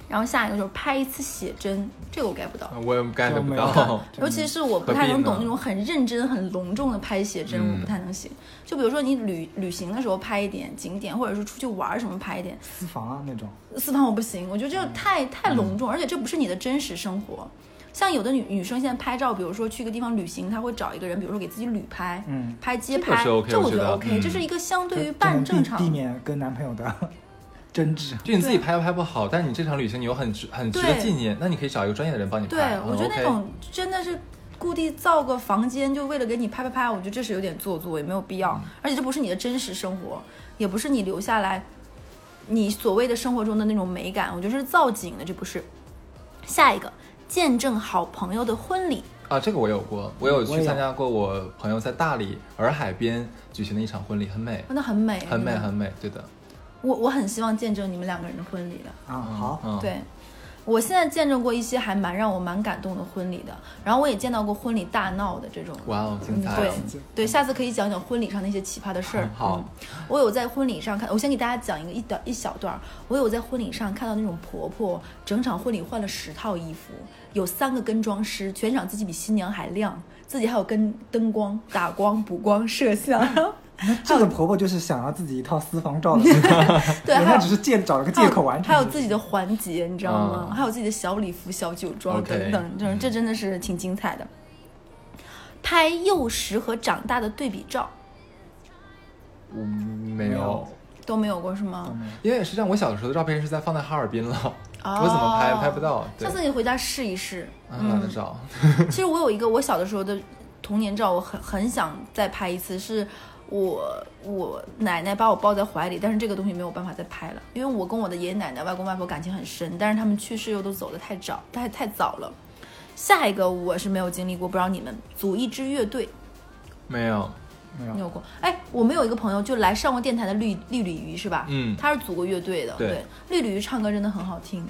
B: 然后下一个就是拍一次写真，这个我 get 不到，
C: 我也 get 不
D: 就没
C: 到
D: 有，
B: 尤其是我不太能
C: 何必呢
B: 懂那种很认真、很隆重的拍写真，
C: 嗯
B: 我不太能行。就比如说你旅旅行的时候拍一点景点，或者是出去玩儿什么拍一点，
D: 私房啊那种，
B: 私房我不行，我觉得这个太
C: 嗯
B: 太隆重，而且这不是你的真实生活。像有的女女生现在拍照，比如说去一个地方旅行，她会找一个人，比如说给自己旅拍，
D: 嗯
B: 拍街
C: 这个
B: 拍，
C: 是 OK，
B: 我
C: 我觉
B: 得
C: 得
B: OK，、
C: 嗯
B: 这是一个相对于
D: 就
B: 半
D: 就
B: 正
D: 能避
B: 常
D: 避免跟男朋友的 争执。
C: 就你自己拍拍不好，但是你这场旅行你又很值很值得
B: 对
C: 纪念，那你可以找一个专业的人帮你
B: 对
C: 拍。，嗯
B: 我觉得那
C: OK
B: 种真的是故地造个房间，就为了给你拍拍拍，我觉得这是有点做作，也没有必
C: 嗯
B: 要。而且这不是你的真实生活，也不是你留下来你所谓的生活中的那种美感，我觉得是造景的，这不是。下一个，见证好朋友的婚礼。
C: 啊，这个我有过，我有
D: 我
C: 去
D: 有
C: 参加过我朋友在大理洱海边举行的一场婚礼，很美，
B: 真的很美，
C: 很美，
B: 真的
C: 很美，对的。
B: 我我很希望见证你们两个人的婚礼的。
D: 啊，好，
C: 嗯，
B: 对，我现在见证过一些还蛮让我蛮感动的婚礼的，然后我也见到过婚礼大闹的这种。
C: 哇哦，精
B: 嗯，
C: 彩！
B: 对对，下次可以讲讲婚礼上那些奇葩的事儿。
C: 好
B: 嗯我有在婚礼上看，我先给大家讲一个一段一小段儿。我有在婚礼上看到那种婆婆，整场婚礼换了十套衣服，有三个跟妆师，全场自己比新娘还亮，自己还有跟灯光、打光、补光、摄像，然后
D: 那这个婆婆就是想要自己一套私房照的，
B: 对，
D: 人
B: 还
D: 家
B: 有
D: 只是借找了个
B: 还有
D: 借口完成。
B: 还有自己的环节，你知道吗？
C: 嗯
B: 还有自己的小礼服、小酒庄
C: OK，
B: 等等，这这真的是挺精彩的。拍幼时和长大的对比照
C: 嗯，没
D: 没
C: 有
D: 有，
B: 都没有过是吗？
D: 嗯
C: 因为实际上我小的时候的照片是在放在哈尔滨了，我怎么拍
B: 哦
C: 拍不到？对
B: 下，次你回家试一试。
C: 嗯，懒得找。
B: 其实我有一个我小的时候的童年照，我很很想再拍一次，是我我奶奶把我抱在怀里，但是这个东西没有办法再拍了，因为我跟我的爷爷奶奶、外公外婆感情很深，但是他们去世又都走得太早，太太早了。下一个我是没有经历过，不知道你们组一支乐队，
C: 没有，
D: 没有
B: 你有过？哎，我们有一个朋友就来上过电台的绿绿鲤鱼是吧？
C: 嗯
B: 他是组过乐队的。
C: 对
B: 绿鲤鱼唱歌真的很好听。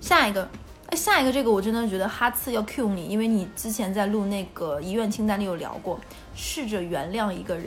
B: 下一个，哎，下一个这个我真的觉得哈次要 cue 你，因为你之前在录那个遗愿清单里有聊过，试着原谅一个人。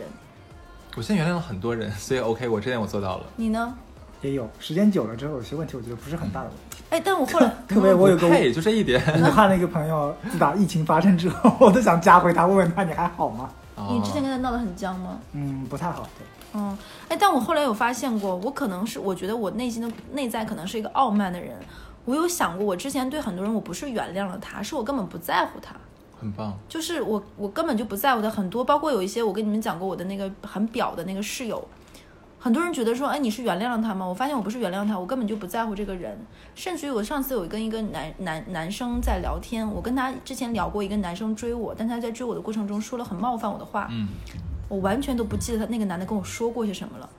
C: 我现在原谅了很多人，所以 OK，我这点我做到了。
B: 你呢？
D: 也有时间久了之后，有些问题我觉得不是很大的问题。
B: 哎，但我后 来
D: 特别我有个
C: 不配，就这一点。
D: 武汉的一个朋友，自打疫情发生之后，我都想加回他，问问他你还好吗？
B: 你之前跟
C: 哦
B: 他闹得很僵吗？
D: 嗯，不太好。 对，
B: 嗯，哎，但我后来有发现过，我可能是我觉得我内心的内在可能是一个傲慢的人。我有想过，我之前对很多人我不是原谅了他，是我根本不在乎他，
C: 很棒，
B: 就是我我根本就不在乎他。很多包括有一些我跟你们讲过我的那个很表的那个室友，很多人觉得说，哎，你是原谅了他吗？我发现我不是原谅他，我根本就不在乎这个人。甚至于我上次有跟一个男男男生在聊天，我跟他之前聊过一个男生追我，但他在追我的过程中说了很冒犯我的话，
C: 嗯，
B: 我完全都不记得他那个男的跟我说过些什么了。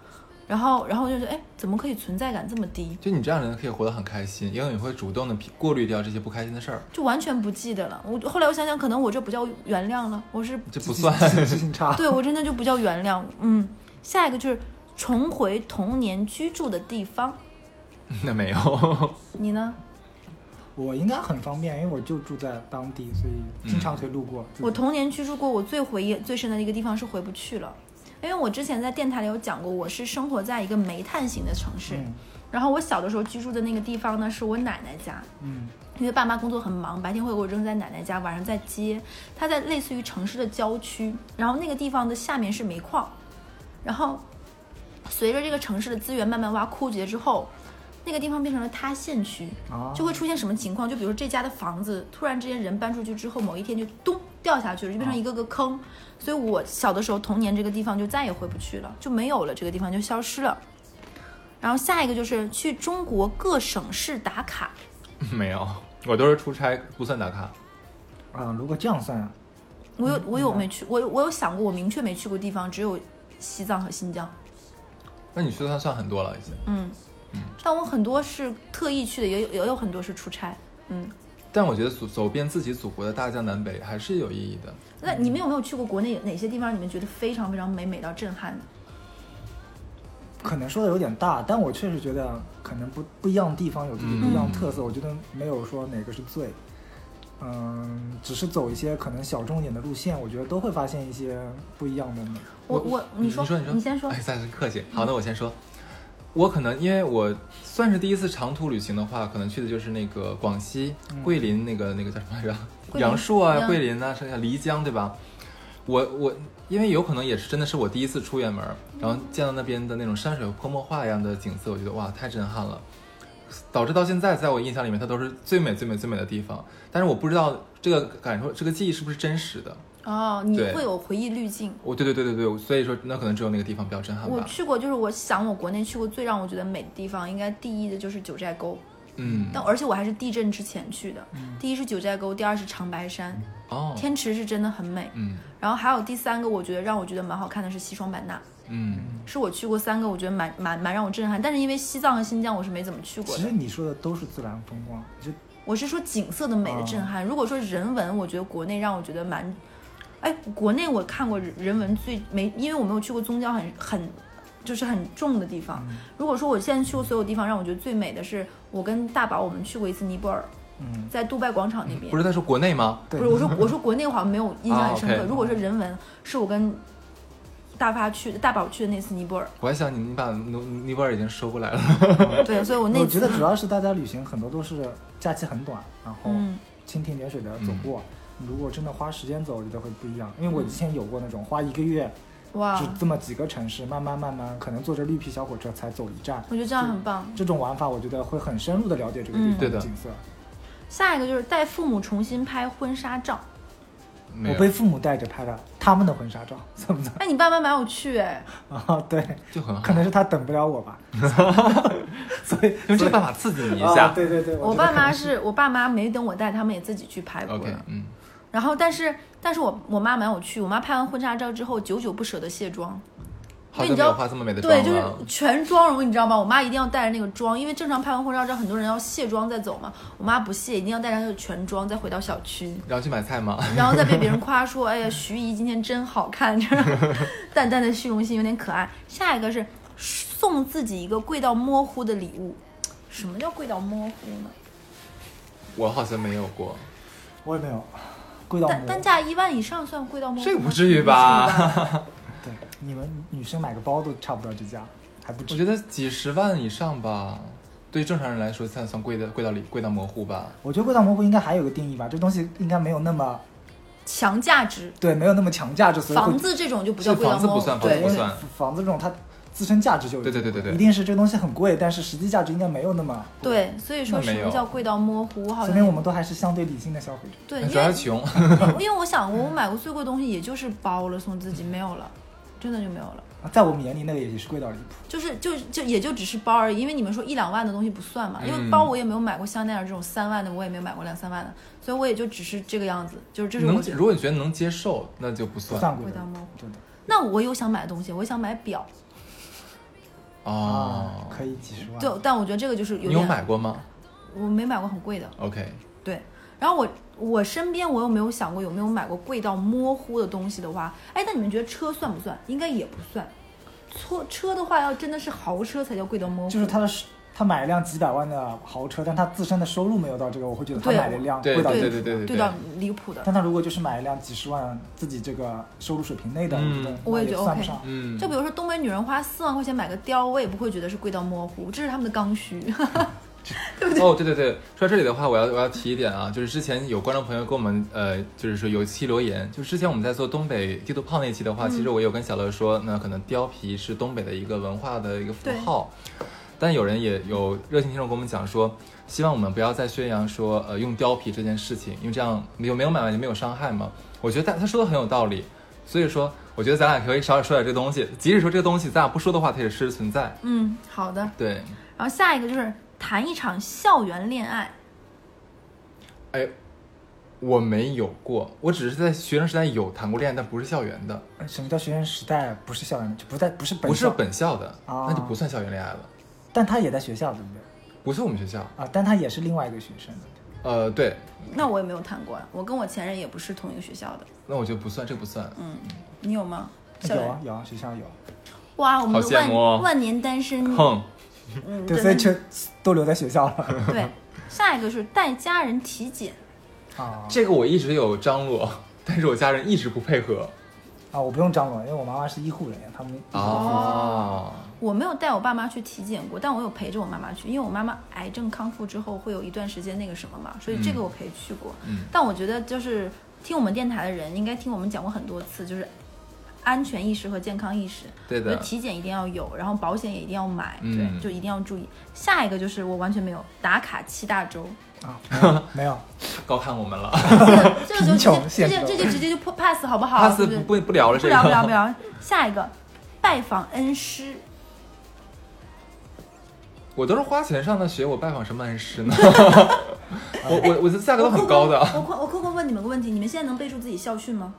B: 然后，然后我就觉得，哎，怎么可以存在感这么低？
C: 就你这样的人可以活得很开心，因为你会主动的过滤掉这些不开心的事儿，
B: 就完全不记得了。我后来我想想，可能我这不叫原谅了，我是
C: 这不算。
D: 记性 差。
B: 对我真的就不叫原谅。嗯，下一个就是重回童年居住的地方。
C: 那没有，
B: 你呢？
D: 我应该很方便，因为我就住在当地，所以经常可以路过。
B: 我童年居住过，我最回忆最深的一个地方是回不去了，因为我之前在电台里有讲过，我是生活在一个煤炭型的城市，
D: 嗯
B: 然后我小的时候居住的那个地方呢是我奶奶家，
D: 嗯，
B: 因为爸妈工作很忙，白天会给我扔在奶奶家，晚上再接。它在类似于城市的郊区，然后那个地方的下面是煤矿，然后随着这个城市的资源慢慢挖枯竭之后，那个地方变成了塌陷区，
D: 啊
B: 就会出现什么情况？就比如这家的房子突然之间人搬出去之后，某一天就咚掉下去了，就变成一个个坑。所以我小的时候童年这个地方就再也回不去了，就没有了，这个地方就消失了。然后下一个就是去中国各省市打卡，
C: 没有，我都是出差，不算打卡。
D: 啊，如果这样算，
B: 我
C: 嗯
B: 有我有没去，我有我有想过，我明确没去过地方只有西藏和新疆。
C: 那你去的算算很多了已经，
B: 嗯，但我很多是特意去的，也有也有很多是出差。嗯，
C: 但我觉得走走遍自己祖国的大江南北还是有意义的。
B: 那你们有没有去过国内哪些地方？你们觉得非常非常美，美到震撼的？
D: 可能说的有点大，但我确实觉得可能不不一样的地方有自己不一样的特色，我觉得没有说哪个是最。嗯，只是走一些可能小众一点的路线，我觉得都会发现一些不一样的美。
B: 我我
C: 你
B: 说
C: 说，你
B: 先说
C: 哎，。暂时客气。好，那我先说。我可能因为我算是第一次长途旅行的话，可能去的就是那个广西
D: 嗯
C: 桂林那个、那个叫什么来着？
B: 桂林
C: 杨树啊，
B: 杨
C: 桂林啊，剩下漓江对吧？我我因为有可能也是真的是我第一次出远门儿，
B: 嗯
C: 然后见到那边的那种山水泼墨画一样的景色，我觉得哇太震撼了，导致到现在在我印象里面它都是最美最美最美的地方，但是我不知道这个感受这个记忆是不是真实的。
B: 哦，你
C: 对
B: 会有回忆滤镜。
C: 我对对对对对，所以说那可能只有那个地方比较震撼吧。
B: 我去过，就是我想我国内去过最让我觉得美的地方，应该第一的就是九寨沟。
C: 嗯，
B: 但而且我还是地震之前去的，
D: 嗯
B: 第一是九寨沟，第二是长白山，
C: 哦，
B: 天池是真的很美。
C: 嗯
B: 然后还有第三个，我觉得让我觉得蛮好看的是西双版纳，
C: 嗯，
B: 是我去过三个，我觉得蛮蛮蛮让我震撼。但是因为西藏和新疆我是没怎么去过
D: 其实
B: 的，
D: 你说的都是自然风光，就
B: 我是说景色的美的震撼。如果说人文，我觉得国内让我觉得蛮，哎，国内我看过人文最没，因为我没有去过宗教很很。就是很重的地方。
D: 嗯
B: 如果说我现在去过所有地方，让我觉得最美的是我跟大宝我们去过一次尼泊尔，
D: 嗯，
B: 在杜拜广场那边
C: 不。是在说国内吗？
D: 对
B: 不是，我说我说国内好像没有印象很深刻。
C: 啊，OK
B: 如果说人文，是我跟大发去大宝去的那次尼泊尔，
C: 我还想你，你把尼尼泊尔已经收过来了，
B: 对，所以我那
D: 我
B: 次
D: 觉得主要是大家旅行很多都是假期很短，然后
B: 嗯
D: 蜻蜓点水的
C: 嗯
D: 走过。如果真的花时间走，我觉得会不一样。因为我
B: 嗯
D: 之前有过那种花一个月，
B: 哇
D: 就，这么几个城市，慢慢慢慢，可能坐着绿皮小火车才走一站。
B: 我觉得这样很棒。
D: 这种玩法，我觉得会很深入的了解这个地
B: 嗯
D: 方
C: 对的
D: 的景色。
B: 下一个就是带父母重新拍婚纱照。
C: 没
D: 我被
C: 有，
D: 父母带着拍的他们的婚纱照，怎么怎
B: 哎，你爸妈没有去哎，
D: 么啊？对，
C: 就很好，
D: 可能是他等不了我 吧，所以
C: 用这个办法刺激你一
D: 啊
C: 下。
D: 对对对，
B: 我
D: 觉得
B: 爸
D: 可能
B: 妈是我爸妈没等我带，他们也自己去拍过
C: OK，
B: 了。
C: 嗯，
B: 然后，但是但是我我妈没有去，我妈拍完婚纱照之后，久久不舍得卸妆。
C: 好
B: 因为你
C: 久没
B: 知
C: 有
B: 道
C: 化这么美的妆
B: 对，
C: 了。
B: 就是全妆容，你知道吗？我妈一定要带着那个妆，因为正常拍完婚纱照，很多人要卸妆再走嘛。我妈不卸，一定要带着她的全妆再回到小区，
C: 然后去买菜吗？
B: 然后再被别人夸说：“哎呀，徐姨今天真好看。”这样 淡淡的虚荣心有点可爱。下一个是送自己一个贵到模糊的礼物。什么叫贵到模糊呢？
C: 我好像没有过，
D: 我也没有，贵到
B: 单
D: 我
B: 单价一万以上算贵到模糊吗？
C: 这个不至于吧
B: 不至于吧
D: 对你们女生买个包都差不到这价，还不
C: 我
D: 止。
C: 觉得几十万以上吧，对于正常人来说算算贵的，贵到里贵到模糊吧。
D: 我觉得贵到模糊应该还有个定义吧，这东西应该没有那么
B: 强价值，
D: 对，没有那么强价值，所以会
B: 房子这种就不叫
C: 是
B: 贵到
C: 房子
B: 模
C: 不
B: 糊
C: 算，房
D: 对，
C: 子
B: 对
C: 不
D: 因为
C: 算
D: 房子这种它自身价值就有
C: 对对对对对
D: 一定是这东西很贵，但是实际价值应该没有那么。
B: 对，所以说
C: 那
B: 什
C: 没有
B: 么叫贵到模糊？好
D: 说
B: 像
D: 明我们都还是相对理性的消费者。
B: 对，因
C: 主要
B: 为
C: 是穷。
B: 因为我想过，我买过最贵的东西也就是包了送自己，没有了，真的就没有了。
D: 啊在我们眼里，那个也是贵到离谱。
B: 就是就就也就只是包而已，因为你们说一两万的东西不算嘛，因为
C: 嗯
B: 包我也没有买过香奈儿这种三万的，我也没有买过两三万的，所以我也就只是这个样子，就是这是
C: 能
B: 我觉得
C: 如果你觉得能接受，那就不
D: 不
C: 算
D: 算贵
B: 贵
D: 的
B: 到，模糊。
D: 对的
B: 那我有想买的东西，我想买表，
D: 啊
C: 哦，。
D: 可以几十万。
B: 对，但我觉得这个就是有
C: 你有
B: 点，
C: 买过吗
B: 我没买过很贵的，
C: ？OK，
B: 对。然后我我身边我又没有想过有没有买过贵到模糊的东西的话，哎，那你们觉得车算不算？应该也不算。车车的话，要真的是豪车才叫贵到模糊，
D: 就是他的是，他买了辆几百万的豪车，但他自身的收入没有到这个，我会觉得他
B: 对
D: 买了一辆
C: 对
D: 贵到
C: 对
D: 离
C: 对
D: 谱
C: 对
B: 对
C: 对对
B: 到离谱的。
D: 但他如果就是买一辆几十万自己这个收入水平内的，
C: 嗯
D: 我
B: 我
D: 觉
B: 也
D: 得
B: 觉得
D: 那算不
B: OK
D: 上。
C: 嗯
B: 就，比如说东北女人花四万块钱买个貂，我也不会觉得是贵到模糊，这是他们的刚需。
C: 哦，对对对，说到这里的话，我要我要提一点啊，就是之前有观众朋友跟我们呃，就是说有一期留言，就是之前我们在做东北地图炮那期的话，其实我有跟小乐说，那可能貂皮是东北的一个文化的一个符
B: 对
C: 号，但有人也有热心听众跟我们讲说，希望我们不要再宣扬说呃用貂皮这件事情，因为这样有没有买卖就没有伤害嘛。我觉得他他说的很有道理，所以说我觉得咱俩可以少点说点这东西，即使说这个东西咱俩不说的话，它也是存在。
B: 嗯，好的。
C: 对，
B: 然后下一个就是谈一场校园恋爱，
C: 哎，我没有过，我只是在学生时代有谈过恋爱，但不是校园的，
D: 呃什么叫学生时代？不是校园，就不在，不是本
C: 不是
D: 校，
C: 本校的，
D: 啊
C: 那就不算校园恋爱了，
D: 但他也在学校，对不对？
C: 不是我们学校。
D: 啊，但他也是另外一个学生。
C: 呃，对，
B: 那我也没有谈过，啊我跟我前任也不是同一个学校的。
C: 那我觉得不算，这个不算。
B: 嗯，你有吗？校
D: 有啊
B: 园
D: 有啊，学校有。
B: 哇，我们
C: 好
B: 的
C: 羡
B: 万、
C: 慕哦
B: 万年单身，
C: 哼，
B: 嗯，
D: 对，
B: 真
D: 所
B: 的
D: 以就都留在学 校了。
B: 对。下一个是带家人体检，
D: 啊
C: 这个我一直有张罗，但是我家人一直不配合。
D: 啊，我不用张罗，因为我妈妈是医护人员，他们
C: 哦，
B: 我没有带我爸妈去体检过，但我有陪着我妈妈去，因为我妈妈癌症康复之后会有一段时间那个什么嘛，所以这个
C: 嗯
B: 我陪去过。
C: 嗯，
B: 但我觉得就是听我们电台的人，应该听我们讲过很多次，就是安全意识和健康意识。
C: 对
B: 我觉得
C: 的。
B: 体检一定要有，然后保险也一定要买，
C: 嗯
B: 对，就一定要注意。下一个就是我完全没有打卡七大 洲，
D: 啊，没有没有，
C: 高看我们了
B: 这个就直接
D: 贫穷
B: 这
D: 限
B: 就
D: 制
B: 这就直接就 pass 好不好
C: ，pass
B: 对不对
C: 不不聊了，
B: 不
C: 这
B: 聊不聊
C: 个
B: 不聊。下一个，拜访恩师，
C: 我都是花钱上的学，我拜访什么 恩师呢？我我我的价格都很高的，啊
B: 我扣我扣扣问你们个问题，你们现在能背出自己校训吗？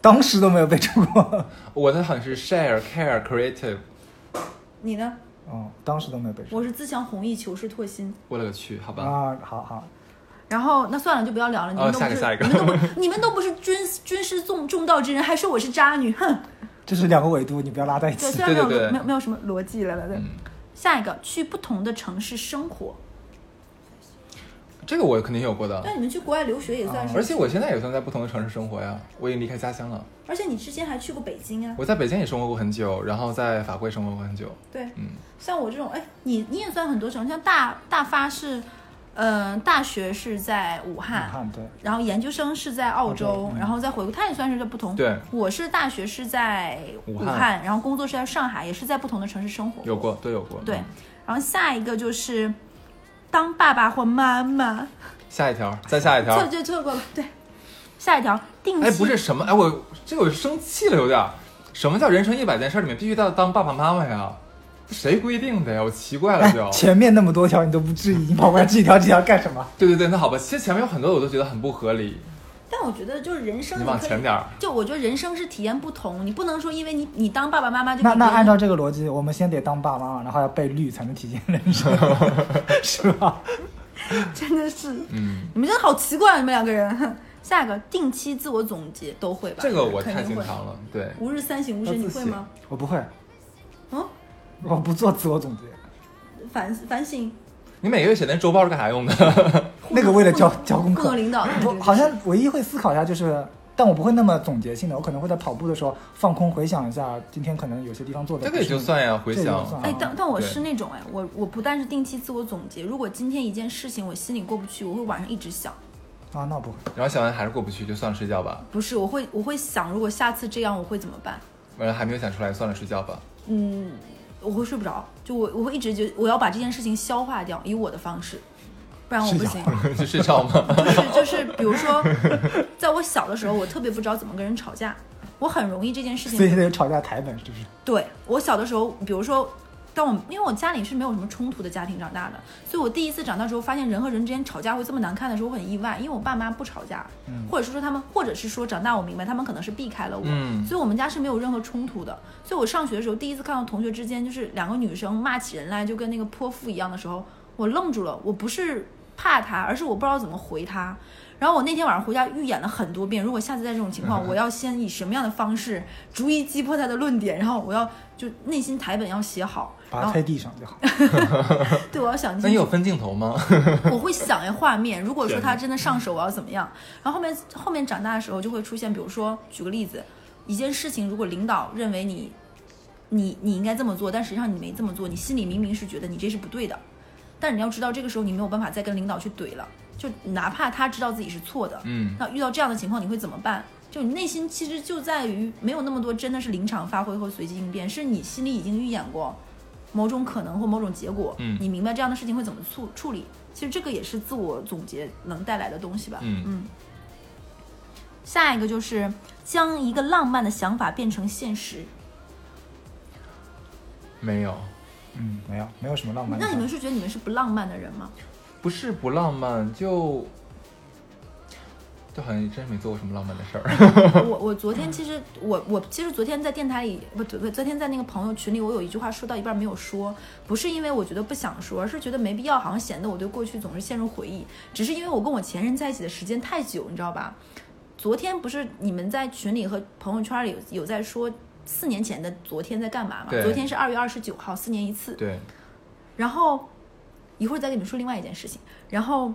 D: 当时都没有被出过。
C: 我的好像是 share care creative，
B: 你呢？
D: 嗯，当时都没有被出
B: 我是自强弘毅，求是拓新。
C: 我勒个去，好吧。
D: 啊，好好，
B: 然后那算了，就不要聊了。你
C: 哦
B: 们都不是，
C: 下一个
B: 你们都 不，你们都不是军军师重重道之人，还说我是渣女，哼！
D: 这是两个维度，你不要拉在一
B: 对，
D: 起
B: 虽。然没有
C: 对对对
B: 没有没有什么逻辑了了，对。
C: 嗯
B: 下一个，去不同的城市生活，
C: 这个我肯定有过的，
B: 对，你们去国外留学也算是，
C: 啊而且我现在也算在不同的城市生活呀，我已经离开家乡了。
B: 而且你之前还去过北京啊，
C: 我在北京也生活过很久，然后在法国也生活过很久。
B: 对，
C: 嗯，
B: 像我这种，哎，你你也算很多城，像大大发是，呃，大学是在武汉，
D: 武汉对，
B: 然后研究生是在澳洲，
D: 澳洲嗯
B: 然后再回国，他也算是在不同。
C: 对
B: 我是大学是在
C: 武
B: 武
C: 汉
B: 然后工作是在上海，也是在不同的城市生活。
C: 有过，都有过。
B: 对
C: 嗯，
B: 然后下一个就是当爸爸或妈妈，
C: 下一条，再下一条。
B: 错就错过了。对，下一条定期、
C: 哎，不是什么，哎，我这个我生气了，有点儿。什么叫人生一百件事里面必须要当爸爸妈妈呀？谁规定的呀？我奇怪了
D: 哎
C: 就。，
D: 前面那么多条你都不质疑，你跑过来质疑一条这条干什么？
C: 对对对，那好吧，其实前面有很多我都觉得很不合理，
B: 但我觉得就是人生
C: 你
B: 可以，
C: 往前点儿
B: 就我觉得人生是体验不同，你不能说因为你你当爸爸妈妈就
D: 那
B: 比
D: 那
B: 别人
D: 按照这个逻辑，我们先得当爸妈，然后要被绿才能体验人生， 是吧？
B: 真的是，
C: 嗯，
B: 你们真的好奇怪，你们两个人。 下一个定期自我总结都会吧？
C: 这个我太
B: 肯定
C: 经
B: 会
C: 常了，对，
B: 吾日三省吾
C: 要
B: 身，你
C: 自
B: 会
C: 省
B: 吗？
D: 我不会，
B: 嗯，
D: 我不做自我总结，
B: 反反省。
C: 你每个月写那周报是干啥用 的？
D: 那个为了交交功
B: 不
D: 课
B: 能，领导的这
D: 我
B: 个
D: 好像唯一会思考一下就是，但我不会那么总结性的，我可能会在跑步的时候放空回想一下今天可能有些地方做的。
C: 这个也就算呀，回
D: 这个也
C: 想
D: 算
B: 哎，但但我
C: 对
B: 是那种哎，我我不但是定期自我总结，如果今天一件事情我心里过不去，我会晚上一直想。
D: 啊，那我不会。
C: 然后想完还是过不去，就算了，睡觉吧。
B: 不是，我会我会想，如果下次这样我会怎么办？
C: 完了还没有想出来，算了，睡觉吧。
B: 嗯，我会睡不着，就我我会一直觉得我要把这件事情消化掉，以我的方式，不然我不行。
C: 就睡觉 吗？
B: 就是就是，比如说，在我小的时候，我特别不知道怎么跟人吵架，我很容易这件事
D: 所以
B: 情。
D: 得吵架台本是不是？
B: 对我小的时候，比如说，当我因为我家里是没有什么冲突的家庭长大的，所以我第一次长大之后，发现人和人之间吵架会这么难看的时候，我很意外，因为我爸妈不吵架，
D: 嗯
B: 或者是说他们，或者是说长大我明白他们可能是避开了我，
C: 嗯
B: 所以我们家是没有任何冲突的。所以我上学的时候，第一次看到同学之间就是两个女生骂起人来就跟那个泼妇一样的时候，我愣住了，我不是怕她，而是我不知道怎么回她。然后我那天晚上回家预演了很多遍，如果下次再这种情况，我要先以什么样的方式逐一击破她的论点，然后我要就内心台本要写好，
D: 把
B: 然
D: 它
B: 后
D: 推地上就 好。
B: 对我要想
C: 那
B: 清
C: 你
B: 楚
C: 有。分镜头吗？
B: 我会想哎画面，如果说他真的上手，我要怎么样？然后后面后面长大的时候就会出现，比如说举个例子，一件事情，如果领导认为你你你应该这么做，但实际上你没这么做，你心里明明是觉得你这是不对的，但你要知道这个时候你没有办法再跟领导去怼了，就哪怕他知道自己是错的，
C: 嗯，
B: 那遇到这样的情况你会怎么办？就你内心其实就在于没有那么多真的是临场发挥和随机应变，是你心里已经预演过某种可能或某种结果，
C: 嗯
B: 你明白这样的事情会怎么处处理。其实这个也是自我总结能带来的东西吧。
C: 嗯
B: 下一个就是将一个浪漫的想法变成现实。
C: 没有，
D: 嗯，没有，没有什么浪漫的
B: 那
D: 想法。
B: 你们是觉得你们是不浪漫的人吗？
C: 不是不浪漫，就就好像真没做过什么浪漫的事儿。
B: 我我昨天其实我我其实昨天在电台里不昨昨天在那个朋友群里，我有一句话说到一半没有说，不是因为我觉得不想说，而是觉得没必要，好像显得我对过去总是陷入回忆，只是因为我跟我前任在一起的时间太久，你知道吧？昨天不是你们在群里和朋友圈里有有在说四年前的昨天在干嘛吗？
C: 对
B: 昨天是二月二十九号，四年一次。
C: 对，
B: 然后一会儿再跟你们说另外一件事情。然后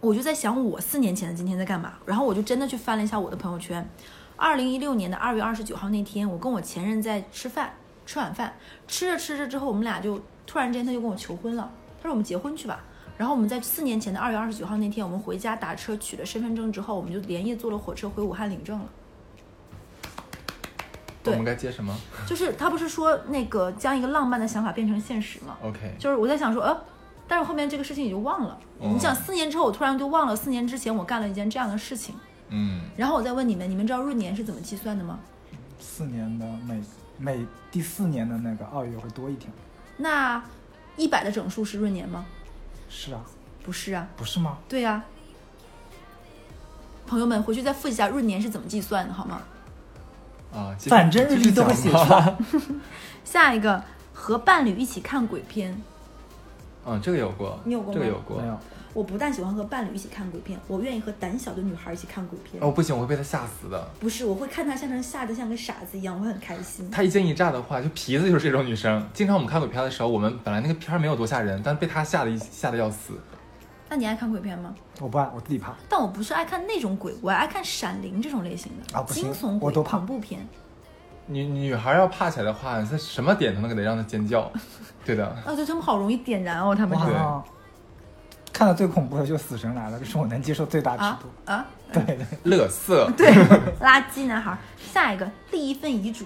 B: 我就在想，我四年前的今天在干嘛？然后我就真的去翻了一下我的朋友圈。二零一六年的二月二十九号那天，我跟我前任在吃饭，吃晚饭，吃着吃着之后，我们俩就突然之间他就跟我求婚了，他说我们结婚去吧。然后我们在四年前的二月二十九号那天，我们回家打车取了身份证之后，我们就连夜坐了火车回武汉领证了。
C: 我
B: 对
C: 们该接什么
B: 就是他不是说那个将一个浪漫的想法变成现实吗？
C: ？OK，
B: 就是我在想说，呃，但是后面这个事情也就忘了。
C: 嗯
B: 你想四年之后，我突然就忘了四年之前我干了一件这样的事情。
C: 嗯，
B: 然后我再问你们，你们知道闰年是怎么计算的吗？
D: 四年的每每第四年的那个二月会多一天。
B: 那一百的整数是闰年吗？
D: 是啊，
B: 不是啊，
D: 不是吗？
B: 对呀、朋友们回去再复习一下闰年是怎么计算的，好吗？
C: 啊，继续
D: 反正日历都会写出。来。
B: 下一个和伴侣一起看鬼片，
C: 嗯，这个有过，
B: 你有过吗
C: 这个有过
D: 没。有，
B: 我不但喜欢和伴侣一起看鬼片，我愿意和胆小的女孩一起看鬼片。
C: 哦，不行，我会被他吓死的。
B: 不是，我会看她像成吓得像个傻子一样，我会很开心。
C: 他一惊一乍的话，就皮子就是这种女生。经常我们看鬼片的时候，我们本来那个片儿没有多吓人，但被她吓得一吓得要死。
B: 那你爱看鬼片吗？
D: 我不爱，我自己怕。
B: 但我不是爱看那种鬼，我爱看《闪灵》这种类型的
D: 啊不行
B: 惊悚鬼、
D: 我都怕
B: 恐怖片。
C: 女女孩要怕起来的话，她什么点都能给她让她尖叫。对的，
B: 啊，对他们好容易点燃哦，他
D: 我
B: 们
D: 好
B: 这
C: 对
D: 像看的最恐怖的就是《死神来了》，这是我能接受最大
B: 啊
D: 尺度。
B: 啊，
D: 对对，
C: 乐 色。
B: 对，垃圾男孩。下一个立一份遗嘱，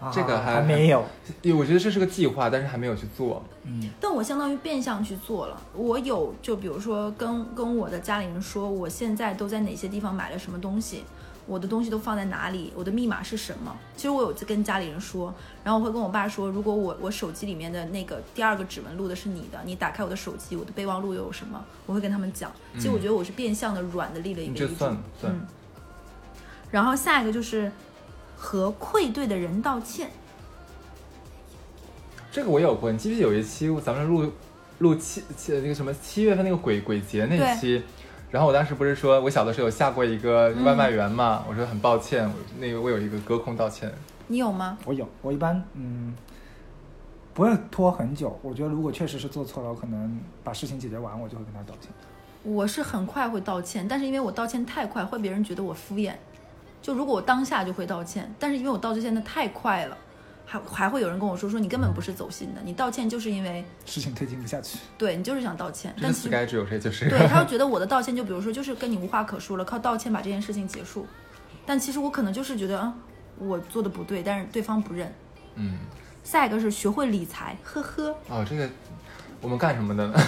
D: 啊
C: 这个还
D: 还没有。
C: 对，我觉得这是个计划，但是还没有去做。
D: 嗯，
B: 但我相当于变相去做了。我有就比如说跟跟我的家里人说，我现在都在哪些地方买了什么东西，我的东西都放在哪里，我的密码是什么。其实我有跟家里人说，然后我会跟我爸说，如果我我手机里面的那个第二个指纹录的是你的，你打开我的手机，我的备忘录又有什么？我会跟他们讲。其实我觉得我是变相的软的立了一
C: 嗯你
B: 个
C: 这
B: 遗嘱
C: 算。算
B: 嗯然后下一个就是和愧对的人道歉。
C: 这个我也有过，你记不记得有一期咱们录录七七那个什么七月份那个鬼鬼节那期，然后我当时不是说我小的时候有下过一个
B: 嗯
C: 外卖员嘛，我说很抱歉，我那个我有一个隔空道歉，
B: 你有吗？
D: 我有，我一般嗯不会拖很久。我觉得如果确实是做错了，我可能把事情解决完，我就会跟他道歉。
B: 我是很快会道歉，但是因为我道歉太快，会别人觉得我敷衍。就如果我当下就会道歉，但是因为我道歉的太快了，还还会有人跟我说说你根本不是走心的，你道歉就是因为
D: 事情推进不下去，
B: 对你就是想道歉，
C: 真
B: 但
C: 的
B: 其
C: 死
B: 实
C: 该只有谁就是。
B: 对，他就觉得我的道歉就比如说就是跟你无话可说了，靠道歉把这件事情结束，但其实我可能就是觉得啊、我做的不对，但是对方不认。
C: 嗯，
B: 下一个是学会理财，呵呵，
C: 哦，这个我们干什么的 呢？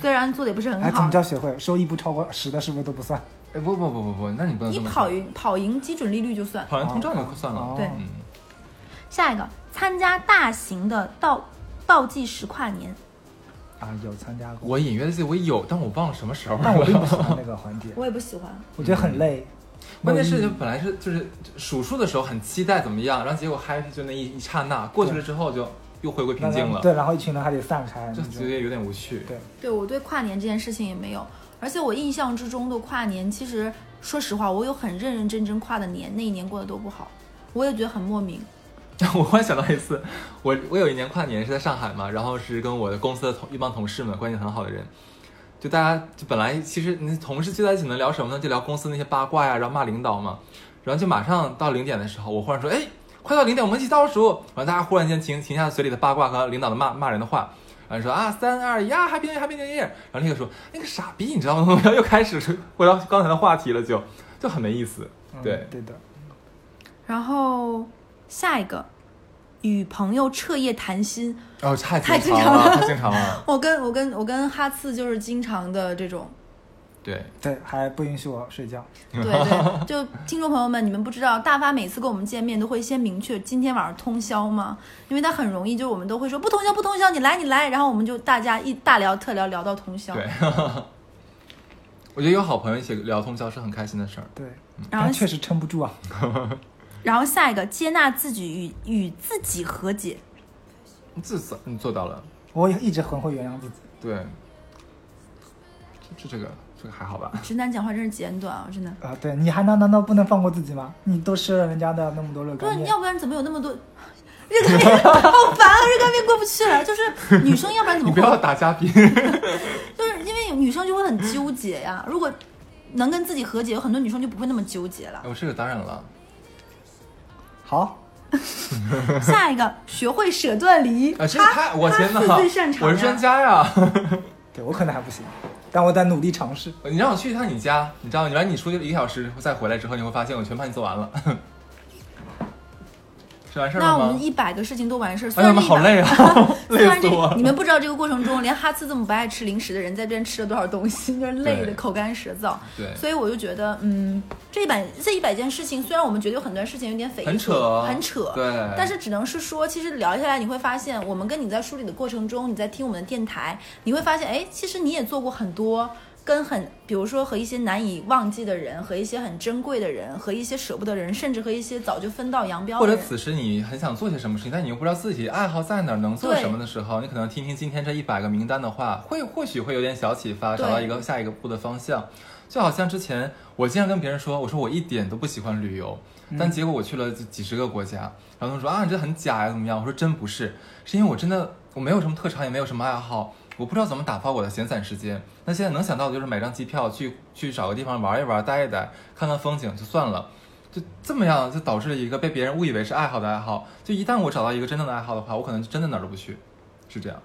B: 虽然做的也不是很
D: 哎，怎
B: 好
D: 么，叫学会？收益不超过十的，是不是都不算？
C: 哎，不不不不不，那你不能
B: 你
C: 这么
B: 跑
C: 说
B: 赢跑赢基准利率就算。
C: 跑赢通胀就算了。
D: 哦
B: 对
C: 嗯，
B: 下一个，参加大型的倒倒计时跨年，
D: 啊，有参加过，
C: 我隐约记得我有，但我忘了什么时候
D: 但我并 不
C: 了。
D: 喜欢那个环节，
B: 我也不喜欢。
D: 我觉得很累。
C: 关键
D: 没
C: 是
D: 有
C: 就
D: 意义
C: 本来是就是数数的时候很期待怎么样，然后结果 happy 就那一一刹那过去了之后就又回归平静了，
D: 对，然后一群人还得散开，
C: 就
D: 你
C: 觉得
D: 就
C: 有点无趣。
D: 对
B: 对我对跨年这件事情也没有，而且我印象之中的跨年，其实说实话，我有很认认真真跨的年，那一年过得都不好，我也觉得很莫名。
C: 我忽然想到一次，我我有一年跨年是在上海嘛，然后是跟我的公司的同一帮同事们关系很好的人，就大家就本来其实你同事聚在一起能聊什么呢？就聊公司那些八卦呀，然后骂领导嘛。然后就马上到零点的时候，我忽然说：“哎，快到零点，我们一起倒数。”然后大家忽然间停停下嘴里的八卦和领导的骂骂人的话，然后说：“啊，三二一啊，Happy New Year，Happy New Year。”然后那个说：“那个傻逼，你知道吗？” 然后又开始回到刚才的话题了就，就很没意思。
D: 嗯
C: 对，
D: 对的，
B: 然后下一个，与朋友彻夜谈心，
C: 哦，太
B: 太
C: 经
B: 经
C: 常
B: 常
C: 了，
B: 了
C: 太经常了。
B: 我跟我跟我跟哈次就是经常的这种。
C: 对，
D: 对，还不允许我睡觉。
B: 对对，就听众朋友们，你们不知道，大发每次跟我们见面都会先明确今天晚上通宵吗？因为他很容易，就是我们都会说不通宵不通宵，你来你来，然后我们就大家一大聊特聊聊到通宵。
C: 对 我觉得有好朋友一起聊通宵是很开心的事儿。
D: 对，
B: 然后
D: 但确实撑不住啊。
B: 然后下一个接纳自己与与自己和解，
C: 至少你嗯做到了，
D: 我也一直很会原谅自己，
C: 对，这这这个这个还好吧？
B: 直男讲话真是简短啊，真的。
D: 啊，对，你还难难道不能放过自己吗？你都吃了人家的那么多热
B: 不是
D: 干，面
B: 要，不然怎么有那么多？热干面好烦啊！热干面过不去了，就是女生，要不然怎
C: 你
B: 么
C: 不
B: 会？
C: 要打嘉宾，
B: 就是因为女生就会很纠结呀。如果能跟自己和解，有很多女生就不会那么纠结了。
C: 哎我这个当然了，
D: 好，
B: 下一个，学会舍断离。
C: 啊，这个太我天哪
B: 他是最擅，长
C: 我
B: 呀
C: 是专家呀！
D: 对我可能还不行，但我在努力尝试。
C: 你让我去一趟你家，你知道，你让你出去一个小时再回来之后，你会发现我全帮你做完了， 是完事儿
B: 那
C: 了
B: 我
C: 吗
B: 们？一百个事情都完事儿，虽
C: 哎呀
B: 然
C: 妈，
B: 这
C: 好
B: 一百
C: 累啊，
B: 虽
C: 累
B: 然
C: 死
B: 这
C: 我！
B: 你们不知道这个过程中，连哈次这么不爱吃零食的人，在这边吃了多少东西， 就是累
C: 对
B: 得口干舌燥。
C: 对
B: 所以我就觉得，嗯，这一百这一百件事情，虽然我们觉得有很多事情有点匪夷
C: 很扯
B: 所很扯，
C: 对
B: 但是只能是说，其实聊下来你会发现，我们跟你在梳理的过程中，你在听我们的电台，你会发现，哎，其实你也做过很多。跟很，比如说和一些难以忘记的人，和一些很珍贵的人，和一些舍不得的人，甚至和一些早就分道扬镳
C: 或
B: 的
C: 者
B: 人，
C: 此时你很想做些什么事情，但你又不知道自己爱好在哪儿，能做
B: 对
C: 什么的时候，你可能听听今天这一百个名单的话，会或许会有点小启发，
B: 对
C: 找到一个下一个步的方向。就好像之前我经常跟别人说，我说我一点都不喜欢旅游，但结果我去了几几十个国家，然后他们说啊你这很假呀怎么样？我说真不是，是因为我真的我没有什么特长，也没有什么爱好。我不知道怎么打发我的闲散时间。那现在能想到的就是买张机票去去找个地方玩一玩、待一待、看看风景就算了。就这么样，就导致了一个被别人误以为是爱好的爱好。就一旦我找到一个真正的爱好的话，我可能就真的哪儿都不去，是这样。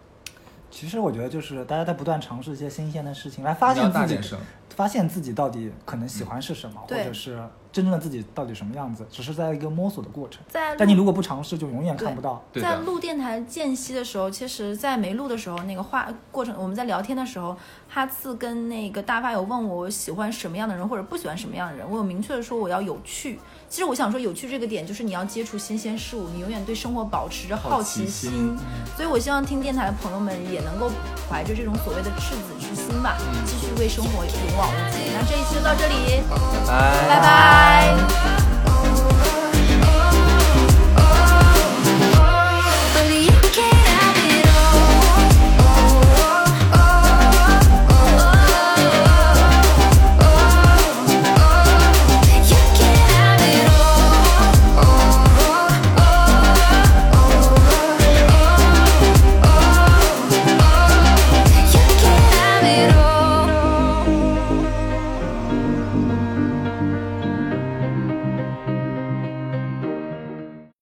D: 其实我觉得就是大家在不断尝试一些新鲜的事情，来发
C: 你
D: 现
C: 要大
D: 自
C: 点
D: 己
C: 声，
D: 发现自己到底可能喜欢是什么，或
B: 对
D: 者是真正的自己到底什么样子，只是在一个摸索的过程。
B: 在
D: 但你
B: 录
D: 如果不尝试，就永远看不到。
C: 对
B: 在
C: 的，
B: 录电台间隙的时候，其实，在没录的时候，那个话过程，我们在聊天的时候，哈次跟那个大发有问我喜欢什么样的人，或者不喜欢什么样的人，我有明确的说我要有趣。其实我想说，有趣这个点就是你要接触新鲜事物，你永远对生活保持着好奇
C: 好奇心
B: 所以我希望听电台的朋友们也能够怀着这种所谓的赤子之心吧，
C: 嗯哎
B: 继续为生活勇往无前。那这一期就到这里，
C: 拜拜
B: 拜拜